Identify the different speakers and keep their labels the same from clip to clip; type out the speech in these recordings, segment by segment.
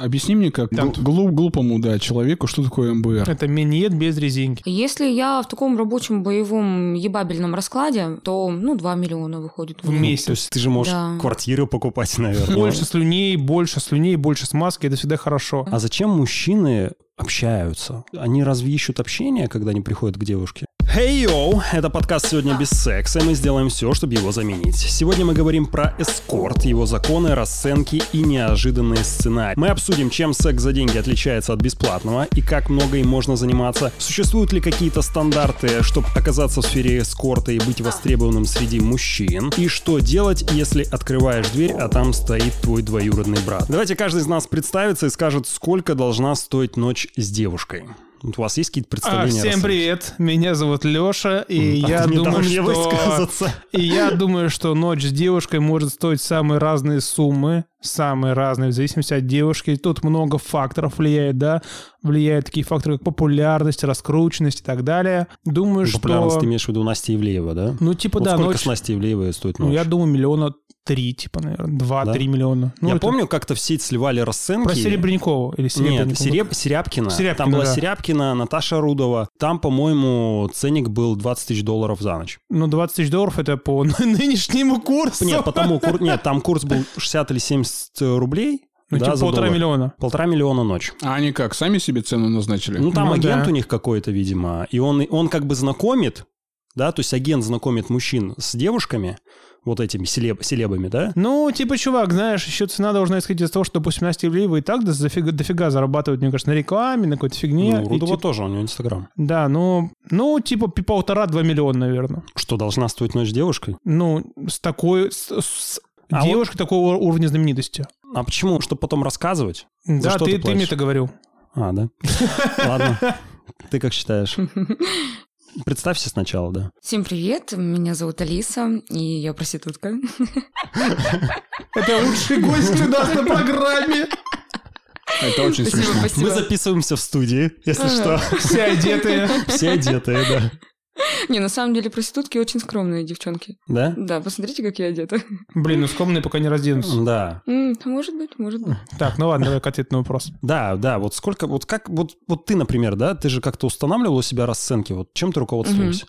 Speaker 1: Объясни мне, как
Speaker 2: Там-
Speaker 1: гл- глуп- глупому, да, человеку, что такое
Speaker 3: А.
Speaker 1: МБР.
Speaker 2: Это миньет без резинки.
Speaker 4: Если я в таком рабочем боевом ебабельном раскладе, то, ну, 2 миллиона выходит.
Speaker 2: В месяц.
Speaker 3: Ну, То есть ты же можешь
Speaker 4: Да.
Speaker 3: квартиру покупать, наверное.
Speaker 2: Больше слюней, больше слюней, больше смазки, это всегда хорошо.
Speaker 3: А зачем мужчины общаются? Они разве ищут общение, когда они приходят к девушке? Hey yo! Это подкаст «Сегодня без секса», и мы сделаем все, чтобы его заменить. Сегодня мы говорим про эскорт, его законы, расценки и неожиданные сценарии. Мы обсудим, чем секс за деньги отличается от бесплатного и как много им можно заниматься. Существуют ли какие-то стандарты, чтобы оказаться в сфере эскорта и быть востребованным среди мужчин? И что делать, если открываешь дверь, а там стоит твой двоюродный брат? Давайте каждый из нас представится и скажет, сколько должна стоить ночь с девушкой. Вот у вас есть какие-то
Speaker 2: А,
Speaker 3: представления? о
Speaker 2: всем
Speaker 3: расценке?
Speaker 2: привет, меня зовут Леша, и
Speaker 3: А
Speaker 2: я
Speaker 3: ты не дал
Speaker 2: думаю,
Speaker 3: мне
Speaker 2: что...
Speaker 3: высказаться.
Speaker 2: И я думаю, что ночь с девушкой может стоить самые разные суммы, самые разные, в зависимости от девушки. Тут много факторов влияет, да, влияют такие факторы, как популярность, раскрученность и так далее. Думаю,
Speaker 3: Ну, Популярность
Speaker 2: что...
Speaker 3: ты имеешь в виду Настя Ивлеева, да?
Speaker 2: Ну, типа,
Speaker 3: Вот
Speaker 2: да,
Speaker 3: сколько
Speaker 2: ночь...
Speaker 3: с Настей Ивлеевой стоит ночь?
Speaker 2: Ну, я думаю, миллиона три, типа, наверное,
Speaker 3: Да?
Speaker 2: два-три миллиона. Ну,
Speaker 3: я
Speaker 2: это
Speaker 3: помню, как-то в сеть сливали расценки.
Speaker 2: Про Серебряникову или Серебряникову.
Speaker 3: Нет, Сереб- Серябкина.
Speaker 2: Серябкина,
Speaker 3: Там была
Speaker 2: да.
Speaker 3: Серябкина, Наташа Рудова. Там, по-моему, ценник был 20 тысяч долларов за ночь.
Speaker 2: Ну, 20 тысяч долларов это по нынешнему курсу.
Speaker 3: Нет, потому кур- нет, там курс был 60 или 70 рублей.
Speaker 2: Ну,
Speaker 3: да,
Speaker 2: типа
Speaker 3: за
Speaker 2: полтора
Speaker 3: доллар.
Speaker 2: миллиона.
Speaker 3: Полтора миллиона ночь.
Speaker 1: А они как, сами себе цену назначили?
Speaker 3: Ну, там
Speaker 2: Ну,
Speaker 3: агент
Speaker 2: да.
Speaker 3: у них какой-то, видимо. И он, он как бы знакомит, да, то есть агент знакомит мужчин с девушками, вот этими селеб- селебами, да?
Speaker 2: Ну, типа, чувак, знаешь, еще цена должна исходить из того, что, допустим, Настя Ивлеева и так дофига, дофига зарабатывает, мне кажется, на рекламе, на какой-то фигне.
Speaker 3: ну,
Speaker 2: И
Speaker 3: Рудова
Speaker 2: тип-
Speaker 3: тоже, у него Инстаграм.
Speaker 2: Да, ну, ну, типа, пи- полтора-два миллиона, наверное.
Speaker 3: Что должна стоить ночь с девушкой?
Speaker 2: Ну, с такой... С, с
Speaker 3: А
Speaker 2: девушкой такого уровня знаменитости.
Speaker 3: А почему? Чтобы потом рассказывать? За
Speaker 2: да,
Speaker 3: что
Speaker 2: ты,
Speaker 3: ты
Speaker 2: ты
Speaker 3: плачешь?
Speaker 2: мне это говорил.
Speaker 3: А, да. Ладно. Ты как считаешь? Представься сначала, да.
Speaker 4: Всем привет, меня зовут Алиса, и я проститутка.
Speaker 2: Это лучший гость у нас на программе.
Speaker 1: Это очень
Speaker 4: Спасибо,
Speaker 1: смешно.
Speaker 3: Мы
Speaker 4: спасибо.
Speaker 3: записываемся в студии, если
Speaker 4: Типа- Ага.
Speaker 3: что.
Speaker 2: Все одетые.
Speaker 3: Все одетые, да.
Speaker 4: Не, на самом деле проститутки очень скромные девчонки.
Speaker 3: Да?
Speaker 4: Да, посмотрите, как я одета.
Speaker 2: Блин, ну скромные пока не разденутся.
Speaker 3: Да,
Speaker 4: М, Может быть, может быть.
Speaker 2: Так, ну ладно, давай к ответ на вопрос.
Speaker 3: да, да, вот сколько, вот как, вот, вот ты, например, да, ты же как-то устанавливал у себя расценки, вот чем ты руководствуешься?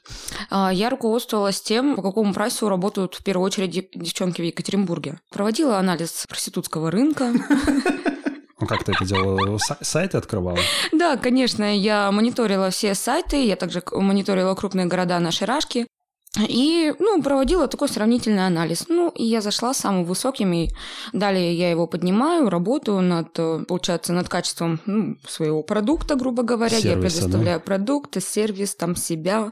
Speaker 4: А, Я руководствовалась тем, по какому прайсу работают в первую очередь дев- девчонки в Екатеринбурге. Проводила анализ проститутского рынка.
Speaker 3: Ну, как ты это делала? Са- Сайты открывала?
Speaker 4: Да, конечно, я мониторила все сайты, я также к- мониторила крупные города нашей Рашки. И, ну, проводила такой сравнительный анализ. Ну, и я зашла с самым высоким, и далее я его поднимаю, работаю над, э, получается, над качеством ну, своего продукта, грубо говоря. я
Speaker 3: Сервиса, да?
Speaker 4: предоставляю продукты, сервис, там, себя,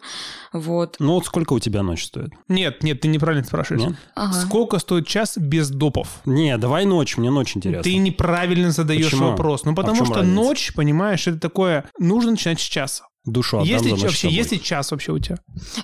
Speaker 4: вот.
Speaker 3: Ну, вот сколько у тебя ночь стоит?
Speaker 2: Нет, нет, ты неправильно спрашиваешь.
Speaker 3: Нет?
Speaker 4: Ага.
Speaker 2: Сколько стоит час без допов?
Speaker 3: Не, давай ночь, мне ночь интересна.
Speaker 2: Ты неправильно задаешь
Speaker 3: Почему? А
Speaker 2: вопрос. Ну,
Speaker 3: в
Speaker 2: потому
Speaker 3: чем
Speaker 2: что
Speaker 3: разница?
Speaker 2: ночь, понимаешь, это такое... Нужно начинать с часа.
Speaker 3: Душу отдам
Speaker 2: Если
Speaker 3: за ночь с
Speaker 2: вообще,
Speaker 3: тобой.
Speaker 2: если час вообще у тебя?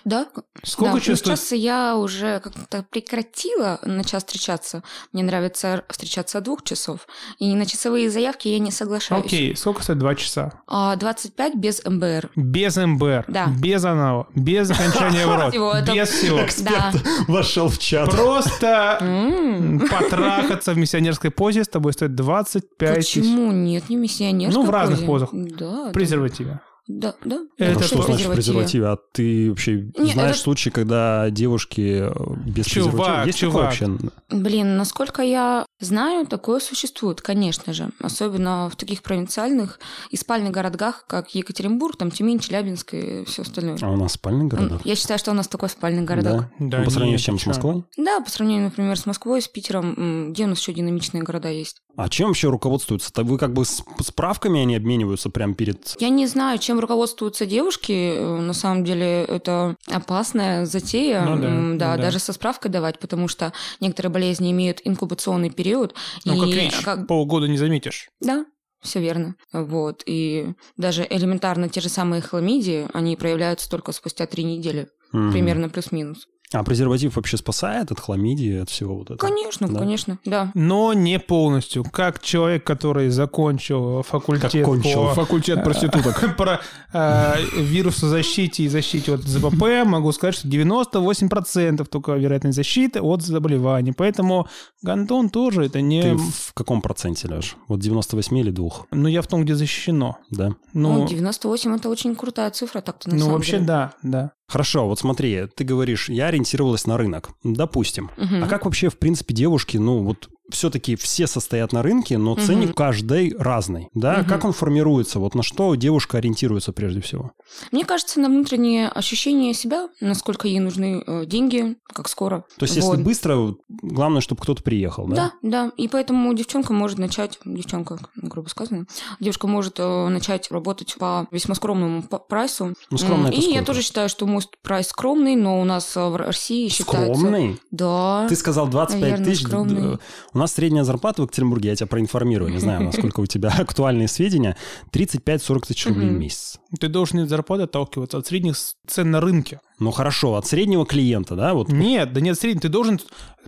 Speaker 4: Да,
Speaker 2: Сколько
Speaker 4: да, ну,
Speaker 2: часов?
Speaker 4: сейчас я уже как-то прекратила на час встречаться. Мне нравится встречаться от двух часов. И на часовые заявки я не соглашаюсь.
Speaker 2: Окей, сколько стоит два часа?
Speaker 4: А, 25 без МБР.
Speaker 2: Без МБР,
Speaker 4: Да.
Speaker 2: без анала, без окончания в рот,
Speaker 4: Всего это-
Speaker 2: без всего.
Speaker 4: Да.
Speaker 3: Вошел в чат.
Speaker 2: Просто
Speaker 4: М,
Speaker 2: потрахаться в миссионерской позе с тобой стоит 25 тысяч.
Speaker 4: Почему нет, не миссионер?
Speaker 2: Ну, в разных позах.
Speaker 4: Да.
Speaker 2: В презервативе.
Speaker 4: Да, да.
Speaker 2: Это
Speaker 3: Это что
Speaker 2: просто
Speaker 3: значит в презервативе? А ты вообще
Speaker 4: Не,
Speaker 3: знаешь
Speaker 4: это-
Speaker 3: случаи, когда девушки э, без
Speaker 2: Чувак,
Speaker 3: презерватива? Есть такое
Speaker 2: чувак.
Speaker 3: вообще?
Speaker 4: Блин, насколько я знаю, такое существует, конечно же. Особенно в таких провинциальных и спальных городках, как Екатеринбург, там Тюмень, Челябинск и все остальное.
Speaker 3: А у нас спальный городок?
Speaker 4: Я считаю, что у нас такой спальный городок.
Speaker 3: Да?
Speaker 2: Да
Speaker 3: Ну, По сравнению
Speaker 2: нет,
Speaker 3: с чем?
Speaker 2: ты
Speaker 3: С
Speaker 2: чё?
Speaker 3: Москвой?
Speaker 4: Да, по сравнению, например, с Москвой, с Питером, м, где у нас еще динамичные города есть.
Speaker 3: А чем вообще руководствуются? Так Вы как бы с- справками они обмениваются прямо перед...
Speaker 4: Я не знаю, чем руководствуются девушки. э, На самом деле это опасная затея.
Speaker 2: Ну да,
Speaker 4: М, да,
Speaker 2: ну да.
Speaker 4: даже со справкой давать, потому что некоторые болезни имеют инкубационный период.
Speaker 2: Ну, как
Speaker 4: и
Speaker 2: видишь,
Speaker 4: как-
Speaker 2: полгода не заметишь.
Speaker 4: Да, все верно. Вот. И даже элементарно те же самые хламидии, они проявляются только спустя три недели,
Speaker 3: Мгм.
Speaker 4: примерно плюс-минус.
Speaker 3: А презерватив вообще спасает от хламидии, от всего вот этого?
Speaker 4: Конечно,
Speaker 3: Да.
Speaker 4: конечно, да.
Speaker 2: Но не полностью. Как человек, который закончил факультет
Speaker 3: Как кончил
Speaker 2: по
Speaker 1: Факультет проституток.
Speaker 2: про э, вирусозащите и защите от ЗПП, могу сказать, что 98% только вероятность защиты от заболеваний. Поэтому гандон тоже это не...
Speaker 3: Ты в каком проценте ляжешь? Вот 98 или 2,
Speaker 2: Ну, я в том, где защищено.
Speaker 3: да?
Speaker 2: Ну,
Speaker 4: Ну, 98 это очень крутая цифра, так-то на
Speaker 2: ну
Speaker 4: самом
Speaker 2: вообще
Speaker 4: деле.
Speaker 2: да, да.
Speaker 3: Хорошо, вот смотри, ты говоришь, я ориентировалась на рынок. Допустим.
Speaker 4: Мгм.
Speaker 3: А как вообще, в принципе, девушки, ну вот все-таки все состоят на рынке, но
Speaker 4: Мгм.
Speaker 3: ценник каждой разный, да?
Speaker 4: Мгм.
Speaker 3: Как он формируется? Вот на что девушка ориентируется прежде всего?
Speaker 4: Мне кажется, на внутреннее ощущение себя, насколько ей нужны э, деньги, как скоро.
Speaker 3: То есть, если
Speaker 4: Вот.
Speaker 3: быстро, главное, чтобы кто-то приехал, да?
Speaker 4: Да, да. И поэтому девчонка может начать, девчонка, грубо сказано, девушка может э, начать работать по весьма скромному п- прайсу.
Speaker 3: Ну,
Speaker 4: М,
Speaker 3: скромно это
Speaker 4: И я
Speaker 3: сколько?
Speaker 4: тоже считаю, что мой прайс скромный, но у нас э, в России считается...
Speaker 3: Скромный?
Speaker 4: Да.
Speaker 3: Ты сказал 25
Speaker 4: Наверное,
Speaker 3: тысяч.
Speaker 4: скромный.
Speaker 3: Д- У нас средняя зарплата в Екатеринбурге, я тебя проинформирую, не знаю, насколько у тебя актуальные сведения, 35-40 тысяч рублей в
Speaker 4: Мгм.
Speaker 3: месяц.
Speaker 2: Ты должен от зарплаты отталкиваться от средних с- цен на рынке.
Speaker 3: Ну хорошо, от среднего клиента, да, вот
Speaker 2: Нет, да нет, средний, ты должен...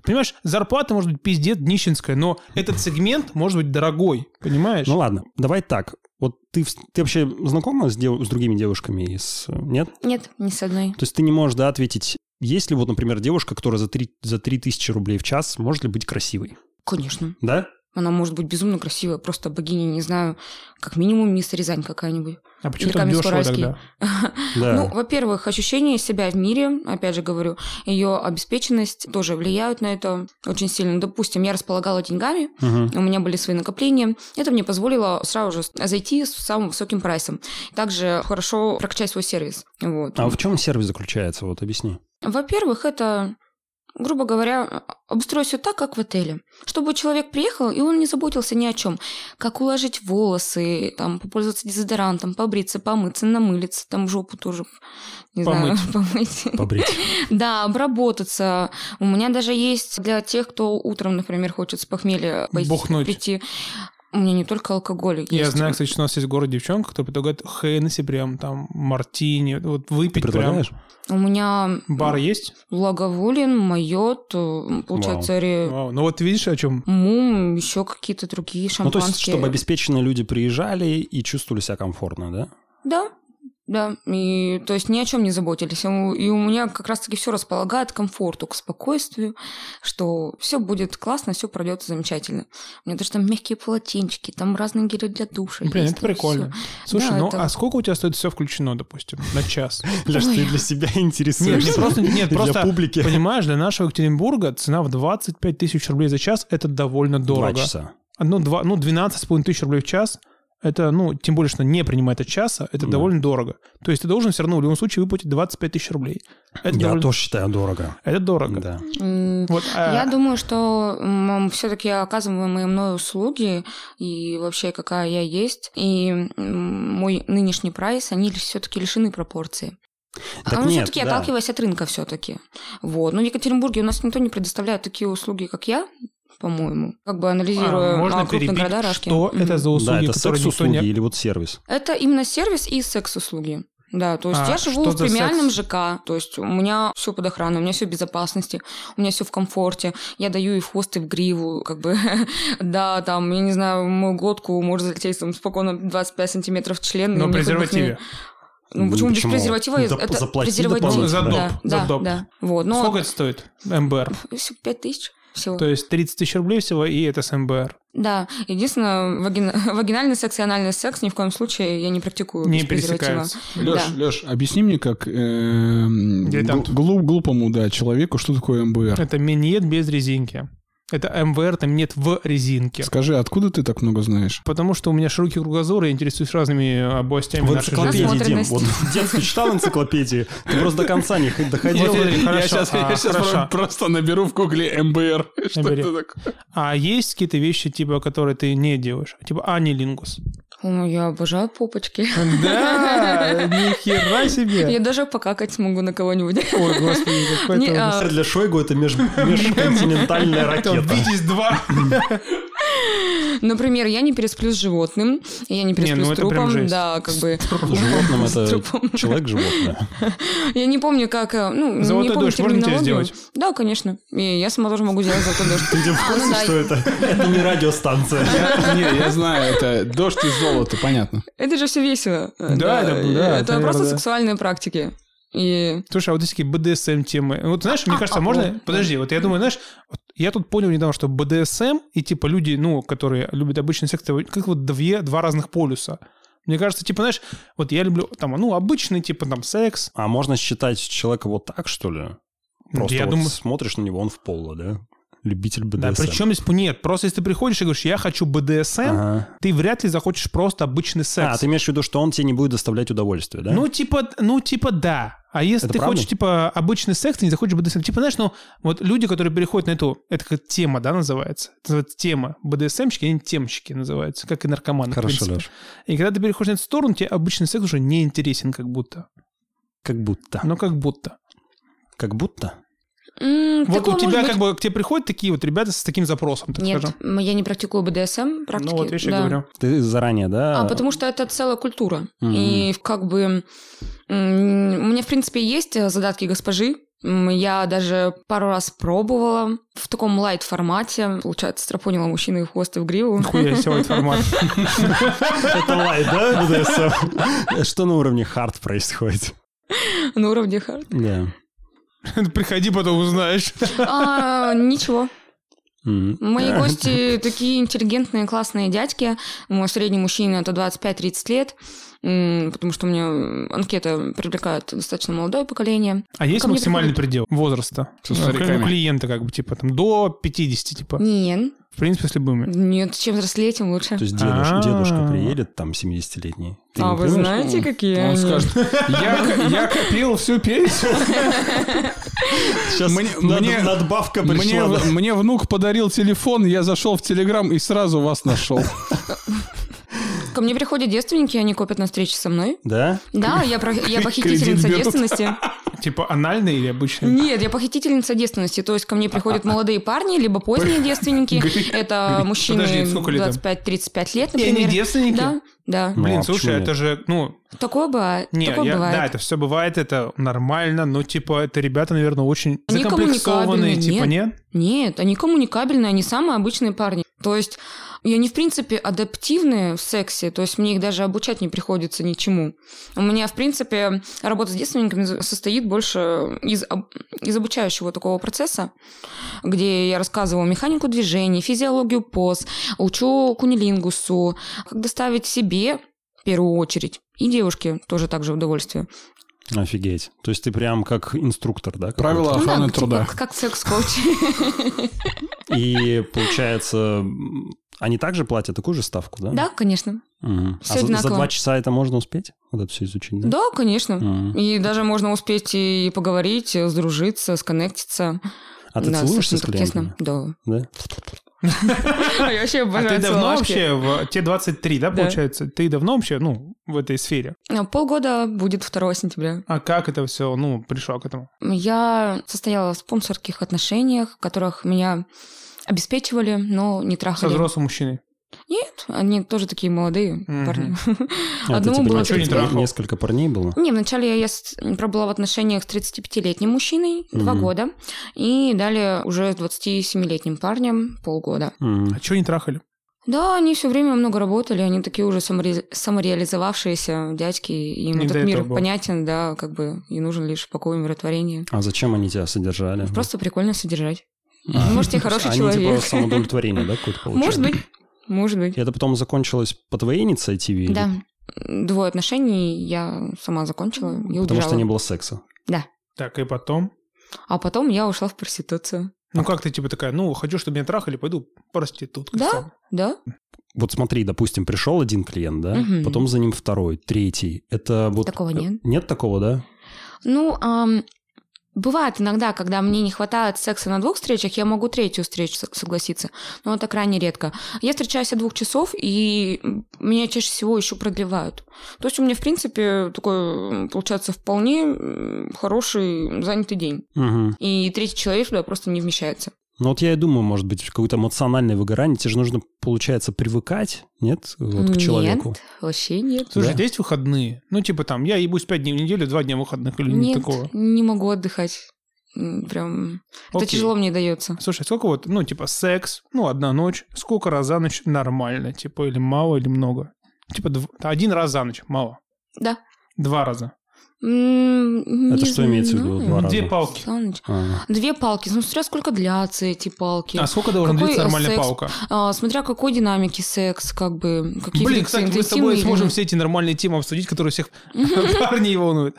Speaker 2: Понимаешь, зарплата может быть пиздец нищенская, но этот сегмент может быть дорогой, понимаешь?
Speaker 3: Ну ладно, давай так. Вот ты, вс- ты вообще знакома с, дев- с другими девушками? из, э, Нет?
Speaker 4: Нет, ни с одной.
Speaker 3: То есть ты не можешь, да, ответить, есть ли вот, например, девушка, которая за 3, за три тысячи рублей в час может ли быть красивой?
Speaker 4: Конечно.
Speaker 3: Да?
Speaker 4: Она может быть безумно красивая, просто богиня, не знаю, как минимум мисс Рязань какая-нибудь.
Speaker 2: а почему
Speaker 4: или
Speaker 2: так
Speaker 4: Каменск
Speaker 2: дешево
Speaker 4: Уральский.
Speaker 2: тогда?
Speaker 3: Да.
Speaker 4: Ну, во-первых, ощущение себя в мире, опять же говорю, ее обеспеченность тоже влияют на это очень сильно. Допустим, я располагала деньгами,
Speaker 3: Мгм.
Speaker 4: у меня были свои накопления. Это мне позволило сразу же зайти с самым высоким прайсом. Также хорошо прокачать свой сервис. Вот.
Speaker 3: А в чем сервис заключается? Вот объясни.
Speaker 4: Во-первых, это, грубо говоря, обустроить все так, как в отеле. Чтобы человек приехал, и он не заботился ни о чем. Как уложить волосы, там, попользоваться дезодорантом, побриться, помыться, намылиться, там жопу тоже, не знаю, помыть.
Speaker 3: Побрить.
Speaker 4: Да, обработаться. У меня даже есть для тех, кто утром, например, хочет с похмелья пойти-
Speaker 2: Бухнуть.
Speaker 4: прийти. У меня не только алкоголь есть.
Speaker 2: Я знаю, кстати, что у нас есть в городе девчонка, кто предлагает Хеннесси прям, там, мартини, вот
Speaker 3: Ты
Speaker 2: выпить прям.
Speaker 3: предлагаешь?
Speaker 4: У меня
Speaker 2: Бар есть?
Speaker 4: Благоволин, Майот, э, получается, Ре-
Speaker 2: Вау, Ну вот видишь, о чем?
Speaker 4: Мум, еще какие-то другие
Speaker 3: Ну, то
Speaker 4: шампанские.
Speaker 3: есть, чтобы обеспеченные люди приезжали и чувствовали себя комфортно, да?
Speaker 4: Да, да. И, то есть ни о чем не заботились. И у и у меня как раз-таки все располагает к комфорту, к спокойствию, что все будет классно, все пройдет замечательно. У меня даже там мягкие полотенчики, там разные гели для душа.
Speaker 2: Блин,
Speaker 4: есть,
Speaker 2: это
Speaker 4: там
Speaker 2: Ну, прикольно.
Speaker 4: всё.
Speaker 2: Слушай,
Speaker 4: Да,
Speaker 2: ну
Speaker 4: это-
Speaker 2: а сколько у тебя стоит все включено, допустим, на час?
Speaker 3: Ляш, ты
Speaker 4: Ой.
Speaker 3: для себя
Speaker 2: Нет,
Speaker 3: интересуешься.
Speaker 2: не просто, нет,
Speaker 3: ну, Для
Speaker 2: просто,
Speaker 3: публики.
Speaker 2: понимаешь, для нашего Екатеринбурга цена в 25 тысяч рублей за час – это довольно
Speaker 3: Два
Speaker 2: дорого.
Speaker 3: часа.
Speaker 2: Ну, два, ну, 12,5 тысяч рублей в час – это, ну, тем более, что не принимает от часа, это
Speaker 3: Да.
Speaker 2: довольно дорого. То есть ты должен все равно в любом случае выплатить 25 тысяч рублей. Это,
Speaker 3: Я
Speaker 2: довольно-
Speaker 3: тоже считаю дорого.
Speaker 2: это дорого.
Speaker 3: Да.
Speaker 4: М,
Speaker 2: Вот, а-
Speaker 4: Я думаю, что все-таки оказываемые мной услуги и вообще какая я есть, и м, мой нынешний прайс, они все-таки лишены пропорции.
Speaker 3: Так
Speaker 4: а ну,
Speaker 3: нет,
Speaker 4: все-таки
Speaker 3: да.
Speaker 4: отталкиваясь от рынка все-таки. Вот. Но в Екатеринбурге у нас никто не предоставляет такие услуги, как я, по-моему. Как бы анализируя
Speaker 2: А, можно
Speaker 4: а, крупные
Speaker 2: перебить,
Speaker 4: города Рашки.
Speaker 2: что
Speaker 4: Мгм.
Speaker 2: это за
Speaker 3: Да,
Speaker 2: услуги,
Speaker 3: это
Speaker 2: которые никто
Speaker 3: секс-услуги
Speaker 2: не...
Speaker 3: или вот сервис.
Speaker 4: Это именно сервис и секс-услуги. Да, то есть
Speaker 2: А,
Speaker 4: я живу
Speaker 2: что
Speaker 4: в
Speaker 2: за
Speaker 4: премиальном
Speaker 2: секс?
Speaker 4: ЖК, то есть у меня все под охраной, у меня все в безопасности, у меня все в комфорте, я даю и в хвост, и в гриву, как бы, да, там, я не знаю, в мою глотку может залететь там спокойно 25 сантиметров в член. и
Speaker 2: Но
Speaker 4: мне как бы
Speaker 2: презервативе.
Speaker 4: хме- Ну,
Speaker 3: Ну,
Speaker 4: почему,
Speaker 3: почему?
Speaker 4: без презерватива?
Speaker 3: Доп-
Speaker 4: это
Speaker 3: заплати
Speaker 4: презерватив.
Speaker 3: дополнительно. За
Speaker 4: да,
Speaker 2: доп, за
Speaker 4: да,
Speaker 2: доп.
Speaker 4: да. Вот, но
Speaker 2: Сколько это стоит? МБР.
Speaker 4: Всё, пять тысяч всего.
Speaker 2: То есть 30 тысяч рублей всего, и это с МБР.
Speaker 4: Да, единственное, вагин- вагинальный секс и анальный секс ни в коем случае я не практикую.
Speaker 2: Не
Speaker 4: без презерватива.
Speaker 2: пересекаются.
Speaker 1: Леш,
Speaker 4: Да.
Speaker 1: Леш, объясни мне, как эм,
Speaker 2: Дилетанту.
Speaker 1: гл- глуп- глупому, да, человеку, что такое МБР.
Speaker 2: Это минет без резинки. Это МВР, там нет в резинке.
Speaker 1: Скажи, откуда ты так много знаешь?
Speaker 2: Потому что у меня широкий кругозор, я интересуюсь разными областями
Speaker 3: В
Speaker 2: нашей жизни.
Speaker 3: энциклопедии, Дим.
Speaker 4: Насмотренность.
Speaker 3: Вот в детстве читал энциклопедии, ты просто до конца не х- доходил.
Speaker 2: Вот смотри, хорошо, а, хорошо.
Speaker 1: просто наберу в гугле МБР.
Speaker 2: Набери. А есть какие-то вещи, типа, которые ты не делаешь? Типа анилингус.
Speaker 4: Ой, Ну, я обожаю попочки.
Speaker 2: Да, ни хера себе.
Speaker 4: Я даже покакать смогу на кого-нибудь.
Speaker 2: Ой, господи, какой
Speaker 4: Не,
Speaker 2: это...
Speaker 4: а,
Speaker 3: Для Шойгу это меж- межконтинентальная ракета.
Speaker 2: Витязь 2.
Speaker 4: Например, я не пересплю с животным, я не пересплю
Speaker 2: ну
Speaker 4: с
Speaker 2: это прям
Speaker 4: трупом,
Speaker 2: жесть.
Speaker 4: да, как бы.
Speaker 3: Животным
Speaker 4: С трупом.
Speaker 3: это человек-животное.
Speaker 4: Я не помню, как, э, ну, не
Speaker 2: Золотой
Speaker 4: помню
Speaker 2: дождь можно тебе
Speaker 4: терминологию.
Speaker 2: сделать?
Speaker 4: Да, конечно. И я сама тоже могу сделать золотой дождь.
Speaker 3: Ты в
Speaker 4: А, ну да,
Speaker 3: это? Это не радиостанция.
Speaker 1: Не, я знаю, это дождь из золота, понятно.
Speaker 4: Это же все весело.
Speaker 2: Да, это-
Speaker 4: и
Speaker 2: да,
Speaker 4: это
Speaker 2: наверное,
Speaker 4: просто
Speaker 2: да.
Speaker 4: сексуальные практики. И
Speaker 2: Слушай, а вот эти такие БДСМ-темы. Вот знаешь, мне кажется, можно... Подожди, вот я думаю, знаешь, вот я тут понял недавно, что БДСМ и типа люди, ну, которые любят обычный секс, это вот как вот две, два разных полюса. Мне кажется, типа, знаешь, вот я люблю там, ну, обычный, типа, там, секс.
Speaker 3: А можно считать человека вот так, что ли? Просто
Speaker 2: я
Speaker 3: вот
Speaker 2: думаю,
Speaker 3: смотришь на него, он в поло, да? Любитель БДСМ.
Speaker 2: да, причем здесь нет. Просто если ты приходишь и говоришь, я хочу БДСМ,
Speaker 3: Ага.
Speaker 2: ты вряд ли захочешь просто обычный секс.
Speaker 3: А, ты имеешь в виду, что он тебе не будет доставлять удовольствие, да?
Speaker 2: Ну, типа, ну, типа, да. А если
Speaker 3: Это
Speaker 2: ты
Speaker 3: правда?
Speaker 2: хочешь, типа, обычный секс, ты не захочешь БДСМ. Типа, знаешь, ну, вот люди, которые переходят на эту, это как тема, да, называется? Это называется тема. БДСМщики, они темщики называются, как и наркоманы, в
Speaker 3: Хорошо,
Speaker 2: принципе.
Speaker 3: Леш.
Speaker 2: И когда ты переходишь на эту сторону, тебе обычный секс уже не интересен как будто.
Speaker 3: Как будто.
Speaker 2: Ну, как будто.
Speaker 3: Как будто?
Speaker 4: м,
Speaker 2: вот
Speaker 4: такое
Speaker 2: у тебя
Speaker 4: Ну, может
Speaker 2: как
Speaker 4: быть.
Speaker 2: бы, к тебе приходят такие вот ребята с таким запросом, так
Speaker 4: Нет,
Speaker 2: скажем.
Speaker 4: м, я не практикую БДСМ практики.
Speaker 2: Ну, вот видишь, я
Speaker 4: да.
Speaker 2: говорю.
Speaker 3: Ты заранее, да?
Speaker 4: А, потому что это целая культура.
Speaker 3: Мгм.
Speaker 4: И как бы м, у меня, в принципе, есть э, задатки госпожи. М, Я даже пару раз пробовала в таком лайт-формате. Получается, стропонила мужчины в хвост и в гриву.
Speaker 2: Хуя себе этот формат.
Speaker 3: Это лайт, да, БДСМ? Что на уровне хард происходит?
Speaker 4: На уровне хард.
Speaker 3: Да.
Speaker 2: Приходи, потом узнаешь.
Speaker 4: А, Ничего.
Speaker 3: М.
Speaker 4: Мои
Speaker 3: Да.
Speaker 4: гости такие интеллигентные, классные дядьки. Мой средний мужчина это 25-30 лет, м, потому что у меня м, анкета привлекает достаточно молодое поколение.
Speaker 2: А есть
Speaker 4: Ко мне
Speaker 2: максимальный предел возраста?
Speaker 1: Со стариками.
Speaker 2: У клиента как бы, типа, там, до 50, типа.
Speaker 4: Нет,
Speaker 2: В принципе, с любыми.
Speaker 4: нет, чем взрослее, тем лучше.
Speaker 3: То есть дедуш- дедушка
Speaker 2: А.
Speaker 3: приедет, там, 70-летний. Ты
Speaker 4: А
Speaker 3: не
Speaker 4: вы
Speaker 3: примешь?
Speaker 4: знаете, какие
Speaker 1: Он
Speaker 4: они?
Speaker 1: скажет, я, я копил всю пенсию.
Speaker 3: Сейчас
Speaker 1: Мне-
Speaker 3: над-
Speaker 1: мне-
Speaker 3: надбавка
Speaker 1: Мне,
Speaker 3: пришла. да.
Speaker 1: в- мне внук подарил телефон, я зашел в Телеграм и сразу вас нашел.
Speaker 4: Ко мне приходят девственники, они копят на встречи со мной.
Speaker 3: Да?
Speaker 4: Да, я, про- я
Speaker 1: Кредит
Speaker 4: похитительница
Speaker 1: берут.
Speaker 4: девственности.
Speaker 2: Типа анальные или обычные?
Speaker 4: Нет, я похитительница девственности. То есть ко мне приходят молодые парни, либо поздние девственники. Это мужчины
Speaker 2: Подожди, сколько лет им?
Speaker 4: 25-35 лет,
Speaker 2: И они
Speaker 4: например.
Speaker 2: девственники?
Speaker 4: Да, да.
Speaker 3: Ну,
Speaker 2: Блин,
Speaker 3: а почему
Speaker 2: слушай,
Speaker 3: нет?
Speaker 2: это же, ну,
Speaker 4: Такое бывает.
Speaker 2: не,
Speaker 4: Такое
Speaker 2: я-
Speaker 4: бывает.
Speaker 2: да, это все бывает, это нормально, но типа это ребята, наверное, очень
Speaker 4: Они
Speaker 2: закомплексованные,
Speaker 4: коммуникабельные,
Speaker 2: типа,
Speaker 4: нет.
Speaker 2: нет?
Speaker 4: Нет, они коммуникабельные, они самые обычные парни. То есть и они, в принципе, адаптивные в сексе, то есть мне их даже обучать не приходится ничему. У меня, в принципе, работа с девственниками за- состоит больше из, об- из обучающего такого процесса, где я рассказывала механику движений, физиологию поз, учу кунилингусу, как доставить себе, в первую очередь, и девушке тоже также удовольствие.
Speaker 3: Офигеть. То есть ты прям как инструктор, да? какой-то?
Speaker 1: Правила. Охраны
Speaker 4: типа,
Speaker 1: труда.
Speaker 4: как- как секс-коуч.
Speaker 3: И получается, м, они также платят такую же ставку, да?
Speaker 4: Да, конечно.
Speaker 3: Мгм.
Speaker 4: Всё
Speaker 3: А за- за,
Speaker 4: одинаково.
Speaker 3: два часа это можно успеть? Вот это все изучить, да?
Speaker 4: Да, конечно.
Speaker 3: Мгм.
Speaker 4: И даже можно успеть и поговорить, и сдружиться, сконнектиться.
Speaker 3: А ты
Speaker 4: Да,
Speaker 3: целуешься с
Speaker 4: достаточно
Speaker 3: клиентами?
Speaker 4: Да.
Speaker 3: Да?
Speaker 4: Я вообще
Speaker 2: А
Speaker 4: обожаю
Speaker 2: ты давно
Speaker 4: целовашки.
Speaker 2: вообще, в- тебе 23, да,
Speaker 4: Да.
Speaker 2: получается? Ты давно вообще, ну, в этой сфере?
Speaker 4: А, Полгода будет 2 сентября.
Speaker 2: А как это все, ну, пришло к этому?
Speaker 4: Я состояла в спонсорских отношениях, в которых меня обеспечивали, но не
Speaker 2: Со
Speaker 4: трахали.
Speaker 2: взрослым мужчиной?
Speaker 4: Нет, они тоже такие молодые
Speaker 2: Мгм.
Speaker 4: парни.
Speaker 3: А, ты,
Speaker 4: Одному
Speaker 3: типа,
Speaker 4: было
Speaker 2: Ничего
Speaker 3: несколько-
Speaker 2: не трахал.
Speaker 3: Несколько парней было?
Speaker 4: Не, вначале я с- пробыла в отношениях с 35-летним мужчиной два
Speaker 3: Мгм.
Speaker 4: года, и далее уже с 27-летним парнем полгода.
Speaker 3: Мгм.
Speaker 2: А чего не трахали?
Speaker 4: Да, они все время много работали, они такие уже самореализ- самореализовавшиеся дядьки, и им
Speaker 2: Не до
Speaker 4: этот
Speaker 2: этого
Speaker 4: мир
Speaker 2: было.
Speaker 4: понятен, да, как бы и нужен лишь покой и умиротворение.
Speaker 3: А зачем они тебя содержали?
Speaker 4: Просто прикольно содержать. Может,
Speaker 3: А.
Speaker 4: я хороший
Speaker 3: они
Speaker 4: человек.
Speaker 3: типа самоудовлетворение, да, какое-то получали?
Speaker 4: Может быть, может быть.
Speaker 3: И это потом закончилось по твоей инициативе? или-
Speaker 4: Да. Двое отношений я сама закончила и
Speaker 3: Потому
Speaker 4: убежала.
Speaker 3: что не было секса.
Speaker 2: Так, и потом?
Speaker 4: А потом я ушла в проституцию.
Speaker 3: А
Speaker 2: Ну, как ты, типа, такая, ну, хочу, чтобы меня трахали, пойду проституткой
Speaker 4: Да.
Speaker 2: стану.
Speaker 4: Да?
Speaker 3: Вот смотри, допустим, пришел один клиент, да,
Speaker 4: Мгм.
Speaker 3: потом за ним второй, третий. Это вот... э,
Speaker 4: Такого нет.
Speaker 3: Нет такого, да?
Speaker 4: Ну, ам, бывает иногда, когда мне не хватает секса на двух встречах, я могу третью встречу со- согласиться, но это крайне редко. Я встречаюсь от двух часов, и м, меня чаще всего еще продлевают. То есть у меня, в принципе, такой, м, получается, вполне м, хороший занятый день.
Speaker 3: Мгм.
Speaker 4: И третий человек туда просто не вмещается.
Speaker 3: Ну вот я и думаю, может быть, какое-то эмоциональное выгорание. Тебе же нужно, получается, привыкать, нет, Ну, вот, к человеку?
Speaker 4: Нет, вообще нет.
Speaker 2: Слушай,
Speaker 3: Да.
Speaker 2: есть выходные? Ну, типа там, я ебусь 5 дней в неделю, 2 дня выходных или не
Speaker 4: нет,
Speaker 2: такого.
Speaker 4: не могу отдыхать. М, Прям
Speaker 2: Окей.
Speaker 4: это тяжело мне дается.
Speaker 2: Слушай, сколько вот, ну, типа, секс, ну, одна ночь, сколько раз за ночь нормально, типа, или мало, или много? Типа, дв- один раз за ночь, мало.
Speaker 4: Да.
Speaker 2: Два раза.
Speaker 3: Это
Speaker 4: Это
Speaker 3: что имеется в виду? Два
Speaker 2: Две
Speaker 3: раза.
Speaker 2: палки.
Speaker 3: А,
Speaker 4: Две палки. Ну, смотря сколько длятся эти палки.
Speaker 2: А сколько должна
Speaker 4: Какой,
Speaker 2: длиться
Speaker 4: э,
Speaker 2: нормальная
Speaker 4: секс?
Speaker 2: палка?
Speaker 4: А, смотря какой динамики секс, как бы. Какие
Speaker 2: Блин,
Speaker 4: фрикции,
Speaker 2: кстати, мы с
Speaker 4: интенсивные
Speaker 2: тобой
Speaker 4: или
Speaker 2: сможем
Speaker 4: нет.
Speaker 2: все эти нормальные темы обсудить, которые всех парней волнуют.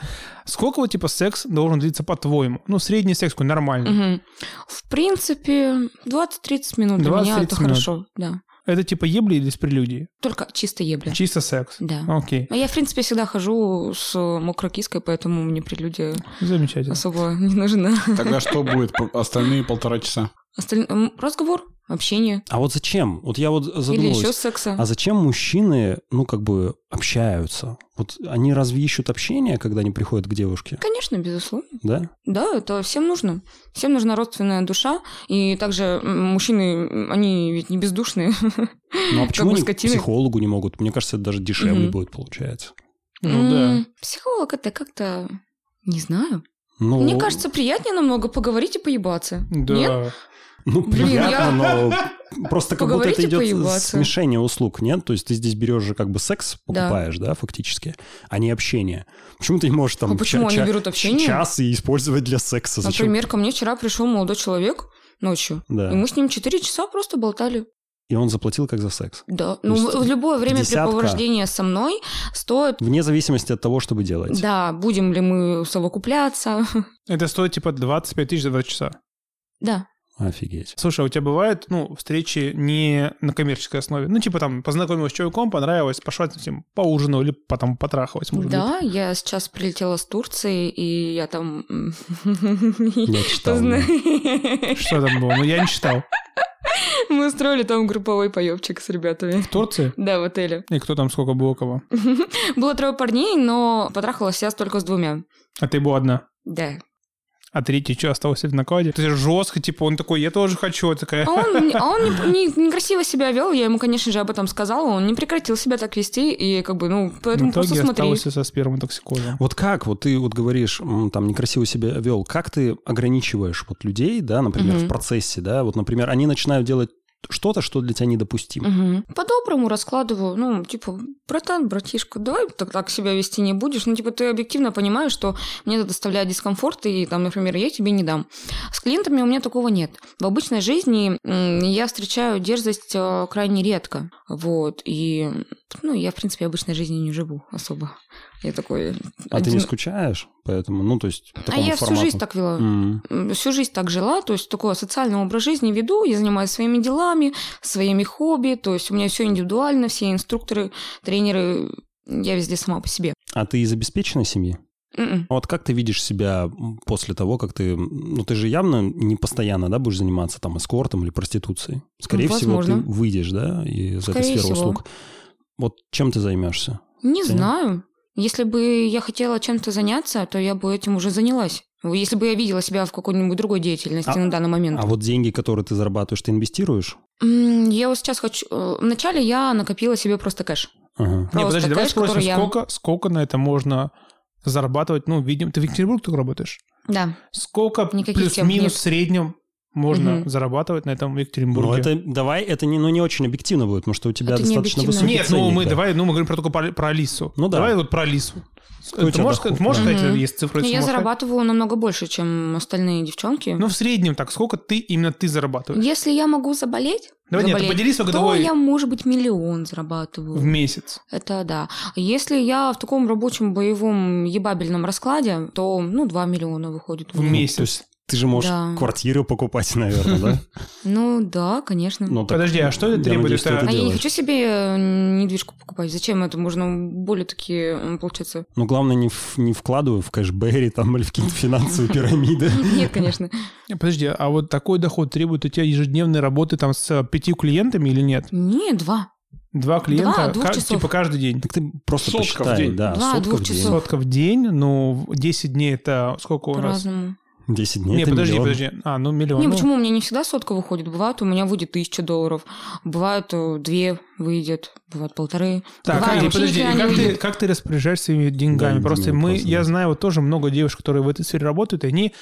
Speaker 2: Сколько вот, типа, секс должен длиться, по-твоему? Ну, средний секс какой нормальный.
Speaker 4: Мгм. В принципе, 20-30 минут для меня
Speaker 2: 20-30
Speaker 4: это
Speaker 2: минут.
Speaker 4: хорошо, да.
Speaker 2: Это, типа, ебли или с прелюдией?
Speaker 4: Только чисто ебля.
Speaker 2: Чисто секс.
Speaker 4: Да.
Speaker 2: Окей,
Speaker 4: Но я, в принципе, всегда хожу с мокрой киской, поэтому мне прелюдия
Speaker 2: замечательно.
Speaker 4: особо не нужна.
Speaker 1: Тогда что будет по- остальные полтора часа?
Speaker 4: Осталь- м, Разговор, общение
Speaker 3: А вот зачем? Вот я вот
Speaker 4: или еще
Speaker 3: задумываюсь.
Speaker 4: секса.
Speaker 3: А зачем мужчины, ну, как бы, общаются? Вот они разве ищут общение, когда они приходят к девушке?
Speaker 4: Конечно, безусловно.
Speaker 3: Да?
Speaker 4: Да, это всем нужно. Всем нужна родственная душа. И также м, мужчины, м, они ведь не бездушные.
Speaker 3: Ну, а почему
Speaker 4: бы
Speaker 3: они к
Speaker 4: скотины.
Speaker 3: психологу не могут? Мне кажется, это даже дешевле
Speaker 4: Мгм.
Speaker 3: будет, получается.
Speaker 2: Ну, да.
Speaker 4: М, Психолог это как-то... Не знаю.
Speaker 3: Ну,
Speaker 4: Мне кажется, приятнее намного поговорить и поебаться. Нет?
Speaker 2: Да.
Speaker 3: Ну,
Speaker 4: Блин,
Speaker 3: приятно,
Speaker 4: я-
Speaker 3: но просто как будто
Speaker 4: Поговорите,
Speaker 3: это идет
Speaker 4: поебаться.
Speaker 3: смешение услуг, нет? То есть ты здесь берешь же как бы секс,
Speaker 4: Да.
Speaker 3: покупаешь, да, фактически, а не общение. Почему ты не можешь там
Speaker 4: А почему
Speaker 3: ча-
Speaker 4: они
Speaker 3: ча-
Speaker 4: берут общение?
Speaker 3: час и использовать для секса? Зачем?
Speaker 4: Например, ко мне вчера пришел молодой человек ночью.
Speaker 3: Да.
Speaker 4: И мы с ним 4 часа просто болтали.
Speaker 3: И он заплатил как за секс.
Speaker 4: Да.
Speaker 3: есть
Speaker 4: Ну, в любое время препровождения со мной стоит...
Speaker 3: Вне зависимости от того, что вы делаете.
Speaker 4: Да, будем ли мы совокупляться.
Speaker 2: Это стоит, типа, 25 тысяч за 2 часа.
Speaker 4: Да.
Speaker 3: Офигеть.
Speaker 2: Слушай, а у тебя бывают, ну, встречи не на коммерческой основе? Ну, типа там, познакомилась с чуваком, понравилось, пошла с ним поужину или потом потрахалась, может быть.
Speaker 4: Да, я сейчас прилетела с Турции, и я там... м,
Speaker 3: Я
Speaker 4: Что
Speaker 3: читал.
Speaker 4: зна-
Speaker 3: да.
Speaker 2: Что там было? Ну, я не читал.
Speaker 4: Мы устроили там групповой поебчик с ребятами.
Speaker 2: В Турции?
Speaker 4: Да, в отеле.
Speaker 2: И кто там, сколько было кого?
Speaker 4: Было трое парней, но потрахалась я только с двумя.
Speaker 2: А ты была одна.
Speaker 4: Да.
Speaker 2: А третий что, остался в накладе? То есть жестко, типа, он такой, я тоже хочу, я такая.
Speaker 4: А он, а он не- не- некрасиво себя вел, я ему, конечно же, об этом сказала, он не прекратил себя так вести, и как бы, ну, поэтому
Speaker 2: В
Speaker 4: просто
Speaker 2: итоге
Speaker 4: смотри.
Speaker 2: остался со сперматоксикозом.
Speaker 3: Вот как, вот ты вот говоришь, м, там некрасиво себя вел, как ты ограничиваешь вот людей, да, например,
Speaker 4: Мгм.
Speaker 3: в процессе, да, вот, например, они начинают делать что-то, что для тебя недопустимо.
Speaker 4: Мгм. По-доброму раскладываю, ну, типа, братан, братишка, давай так, так себя вести не будешь, ну, типа, ты объективно понимаешь, что мне это доставляет дискомфорт, и, там, например, я тебе не дам. С клиентами у меня такого нет. В обычной жизни м, я встречаю дерзость э, крайне редко, вот, и, ну, я, в принципе, обычной жизни не живу особо. Я такой...
Speaker 3: А ты не
Speaker 4: один-
Speaker 3: скучаешь? Поэтому, ну, то есть, по
Speaker 4: А
Speaker 3: такому
Speaker 4: я всю
Speaker 3: формату.
Speaker 4: жизнь так вела.
Speaker 3: М.
Speaker 4: м, всю жизнь так жила, то есть такой социальный образ жизни веду, я занимаюсь своими делами, своими хобби, то есть у меня все индивидуально, все инструкторы, тренеры, я везде сама по себе.
Speaker 3: А ты из обеспеченной семьи?
Speaker 4: М-м.
Speaker 3: А Вот как ты видишь себя м, после того, как ты... м, Ну, ты же явно не постоянно, да, будешь заниматься там эскортом или проституцией. Скорее всего, ты
Speaker 4: Возможно.
Speaker 3: выйдешь, да, из этой
Speaker 4: Скорее
Speaker 3: сферы
Speaker 4: всего.
Speaker 3: услуг. Вот чем ты займешься?
Speaker 4: Не
Speaker 3: Понятно.
Speaker 4: знаю. Если бы я хотела чем-то заняться, то я бы этим уже занялась. Если бы я видела себя в какой-нибудь другой деятельности
Speaker 3: А-
Speaker 4: на данный момент.
Speaker 3: А вот деньги, которые ты зарабатываешь, ты инвестируешь?
Speaker 4: М, Я вот сейчас хочу... э, Вначале я накопила себе просто кэш.
Speaker 3: Ага.
Speaker 2: Не,
Speaker 4: Просто
Speaker 2: подожди, давай
Speaker 4: кэш,
Speaker 2: спросим,
Speaker 4: который я-
Speaker 2: сколько, сколько на это можно зарабатывать? Ну, видим, ты в Екатеринбурге только работаешь?
Speaker 4: Да.
Speaker 2: Сколько
Speaker 4: Никаких тем
Speaker 2: плюс-минус
Speaker 4: нет.
Speaker 2: в среднем можно
Speaker 4: Мгм.
Speaker 2: зарабатывать на этом в Екатеринбурге?
Speaker 3: Ну, это, давай, это не, ну, не очень объективно будет, потому что у тебя
Speaker 4: Это не
Speaker 3: достаточно
Speaker 4: объективно.
Speaker 3: высокий
Speaker 2: Нет, ну
Speaker 3: ценник,
Speaker 2: мы
Speaker 3: да.
Speaker 2: давай, ну мы говорим про только про, про Алису.
Speaker 3: Ну да.
Speaker 2: Давай вот про Алису.
Speaker 3: Какой у
Speaker 2: ты
Speaker 3: тебя
Speaker 2: можешь,
Speaker 3: доход,
Speaker 2: сказать- можешь
Speaker 4: да?
Speaker 2: сказать,
Speaker 4: Мгм.
Speaker 2: есть цифры? если
Speaker 4: Ну, Я
Speaker 2: можешь сказать?
Speaker 4: зарабатывала намного больше, чем остальные девчонки.
Speaker 2: Ну в среднем так, сколько ты именно ты зарабатываешь
Speaker 4: Если я могу заболеть,
Speaker 2: Давай, нет,
Speaker 4: заболеть,
Speaker 2: поделись только
Speaker 4: то
Speaker 2: годовой- Мм.
Speaker 4: я, может быть, миллион зарабатываю.
Speaker 2: в месяц?
Speaker 4: Это да. Если я в таком рабочем боевом ебабельном раскладе, то, ну, 2 миллиона выходит. у
Speaker 2: В
Speaker 4: меня.
Speaker 2: месяц.
Speaker 3: Ну, То есть ты же можешь
Speaker 4: Да.
Speaker 3: квартиру покупать, наверное, да?
Speaker 4: Ну, да, конечно.
Speaker 3: Ну, так
Speaker 2: Подожди, а что это
Speaker 3: я
Speaker 2: требует?
Speaker 3: надеюсь, что
Speaker 2: Это-
Speaker 3: ты
Speaker 4: а я не
Speaker 3: делаешь.
Speaker 4: хочу себе э, недвижку покупать. Зачем это? Можно более такие, м, получается...
Speaker 3: Ну, главное, не, в- не вкладывай в кэшбэри там или в какие-то финансовые пирамиды.
Speaker 4: Нет, конечно.
Speaker 2: Не, Подожди, а вот такой доход требует у тебя ежедневной работы там с э, пятью клиентами или нет?
Speaker 4: Не, два.
Speaker 2: Два клиента,
Speaker 4: двух
Speaker 2: ка-
Speaker 4: часов.
Speaker 2: типа каждый день.
Speaker 3: Так ты просто
Speaker 1: Сотка в
Speaker 3: посчитай,
Speaker 1: день.
Speaker 3: да,
Speaker 4: Два,
Speaker 3: сотка
Speaker 4: двух
Speaker 3: в день.
Speaker 4: часов.
Speaker 2: Сотка в день, ну в 10 дней это сколько у нас?
Speaker 4: По-разному.
Speaker 3: 10 дней
Speaker 2: не,
Speaker 3: это
Speaker 2: подожди,
Speaker 3: миллион.
Speaker 2: подожди. А, ну миллион.
Speaker 4: Не,
Speaker 2: ну.
Speaker 4: почему у меня не всегда сотка выходит? Бывает, у меня выйдет тысяча долларов, бывает, э, две выйдет, бывает полторы.
Speaker 2: Так,
Speaker 4: бывает,
Speaker 2: а,
Speaker 4: вообще
Speaker 2: подожди,
Speaker 4: нифига
Speaker 2: и
Speaker 4: не
Speaker 2: как ты,
Speaker 4: выйдет.
Speaker 2: как ты распоряжаешься своими деньгами?
Speaker 3: Да,
Speaker 2: просто
Speaker 3: Дима,
Speaker 2: мы,
Speaker 3: просто,
Speaker 2: я
Speaker 3: да.
Speaker 2: знаю вот тоже много девушек, которые в этой сфере работают, и они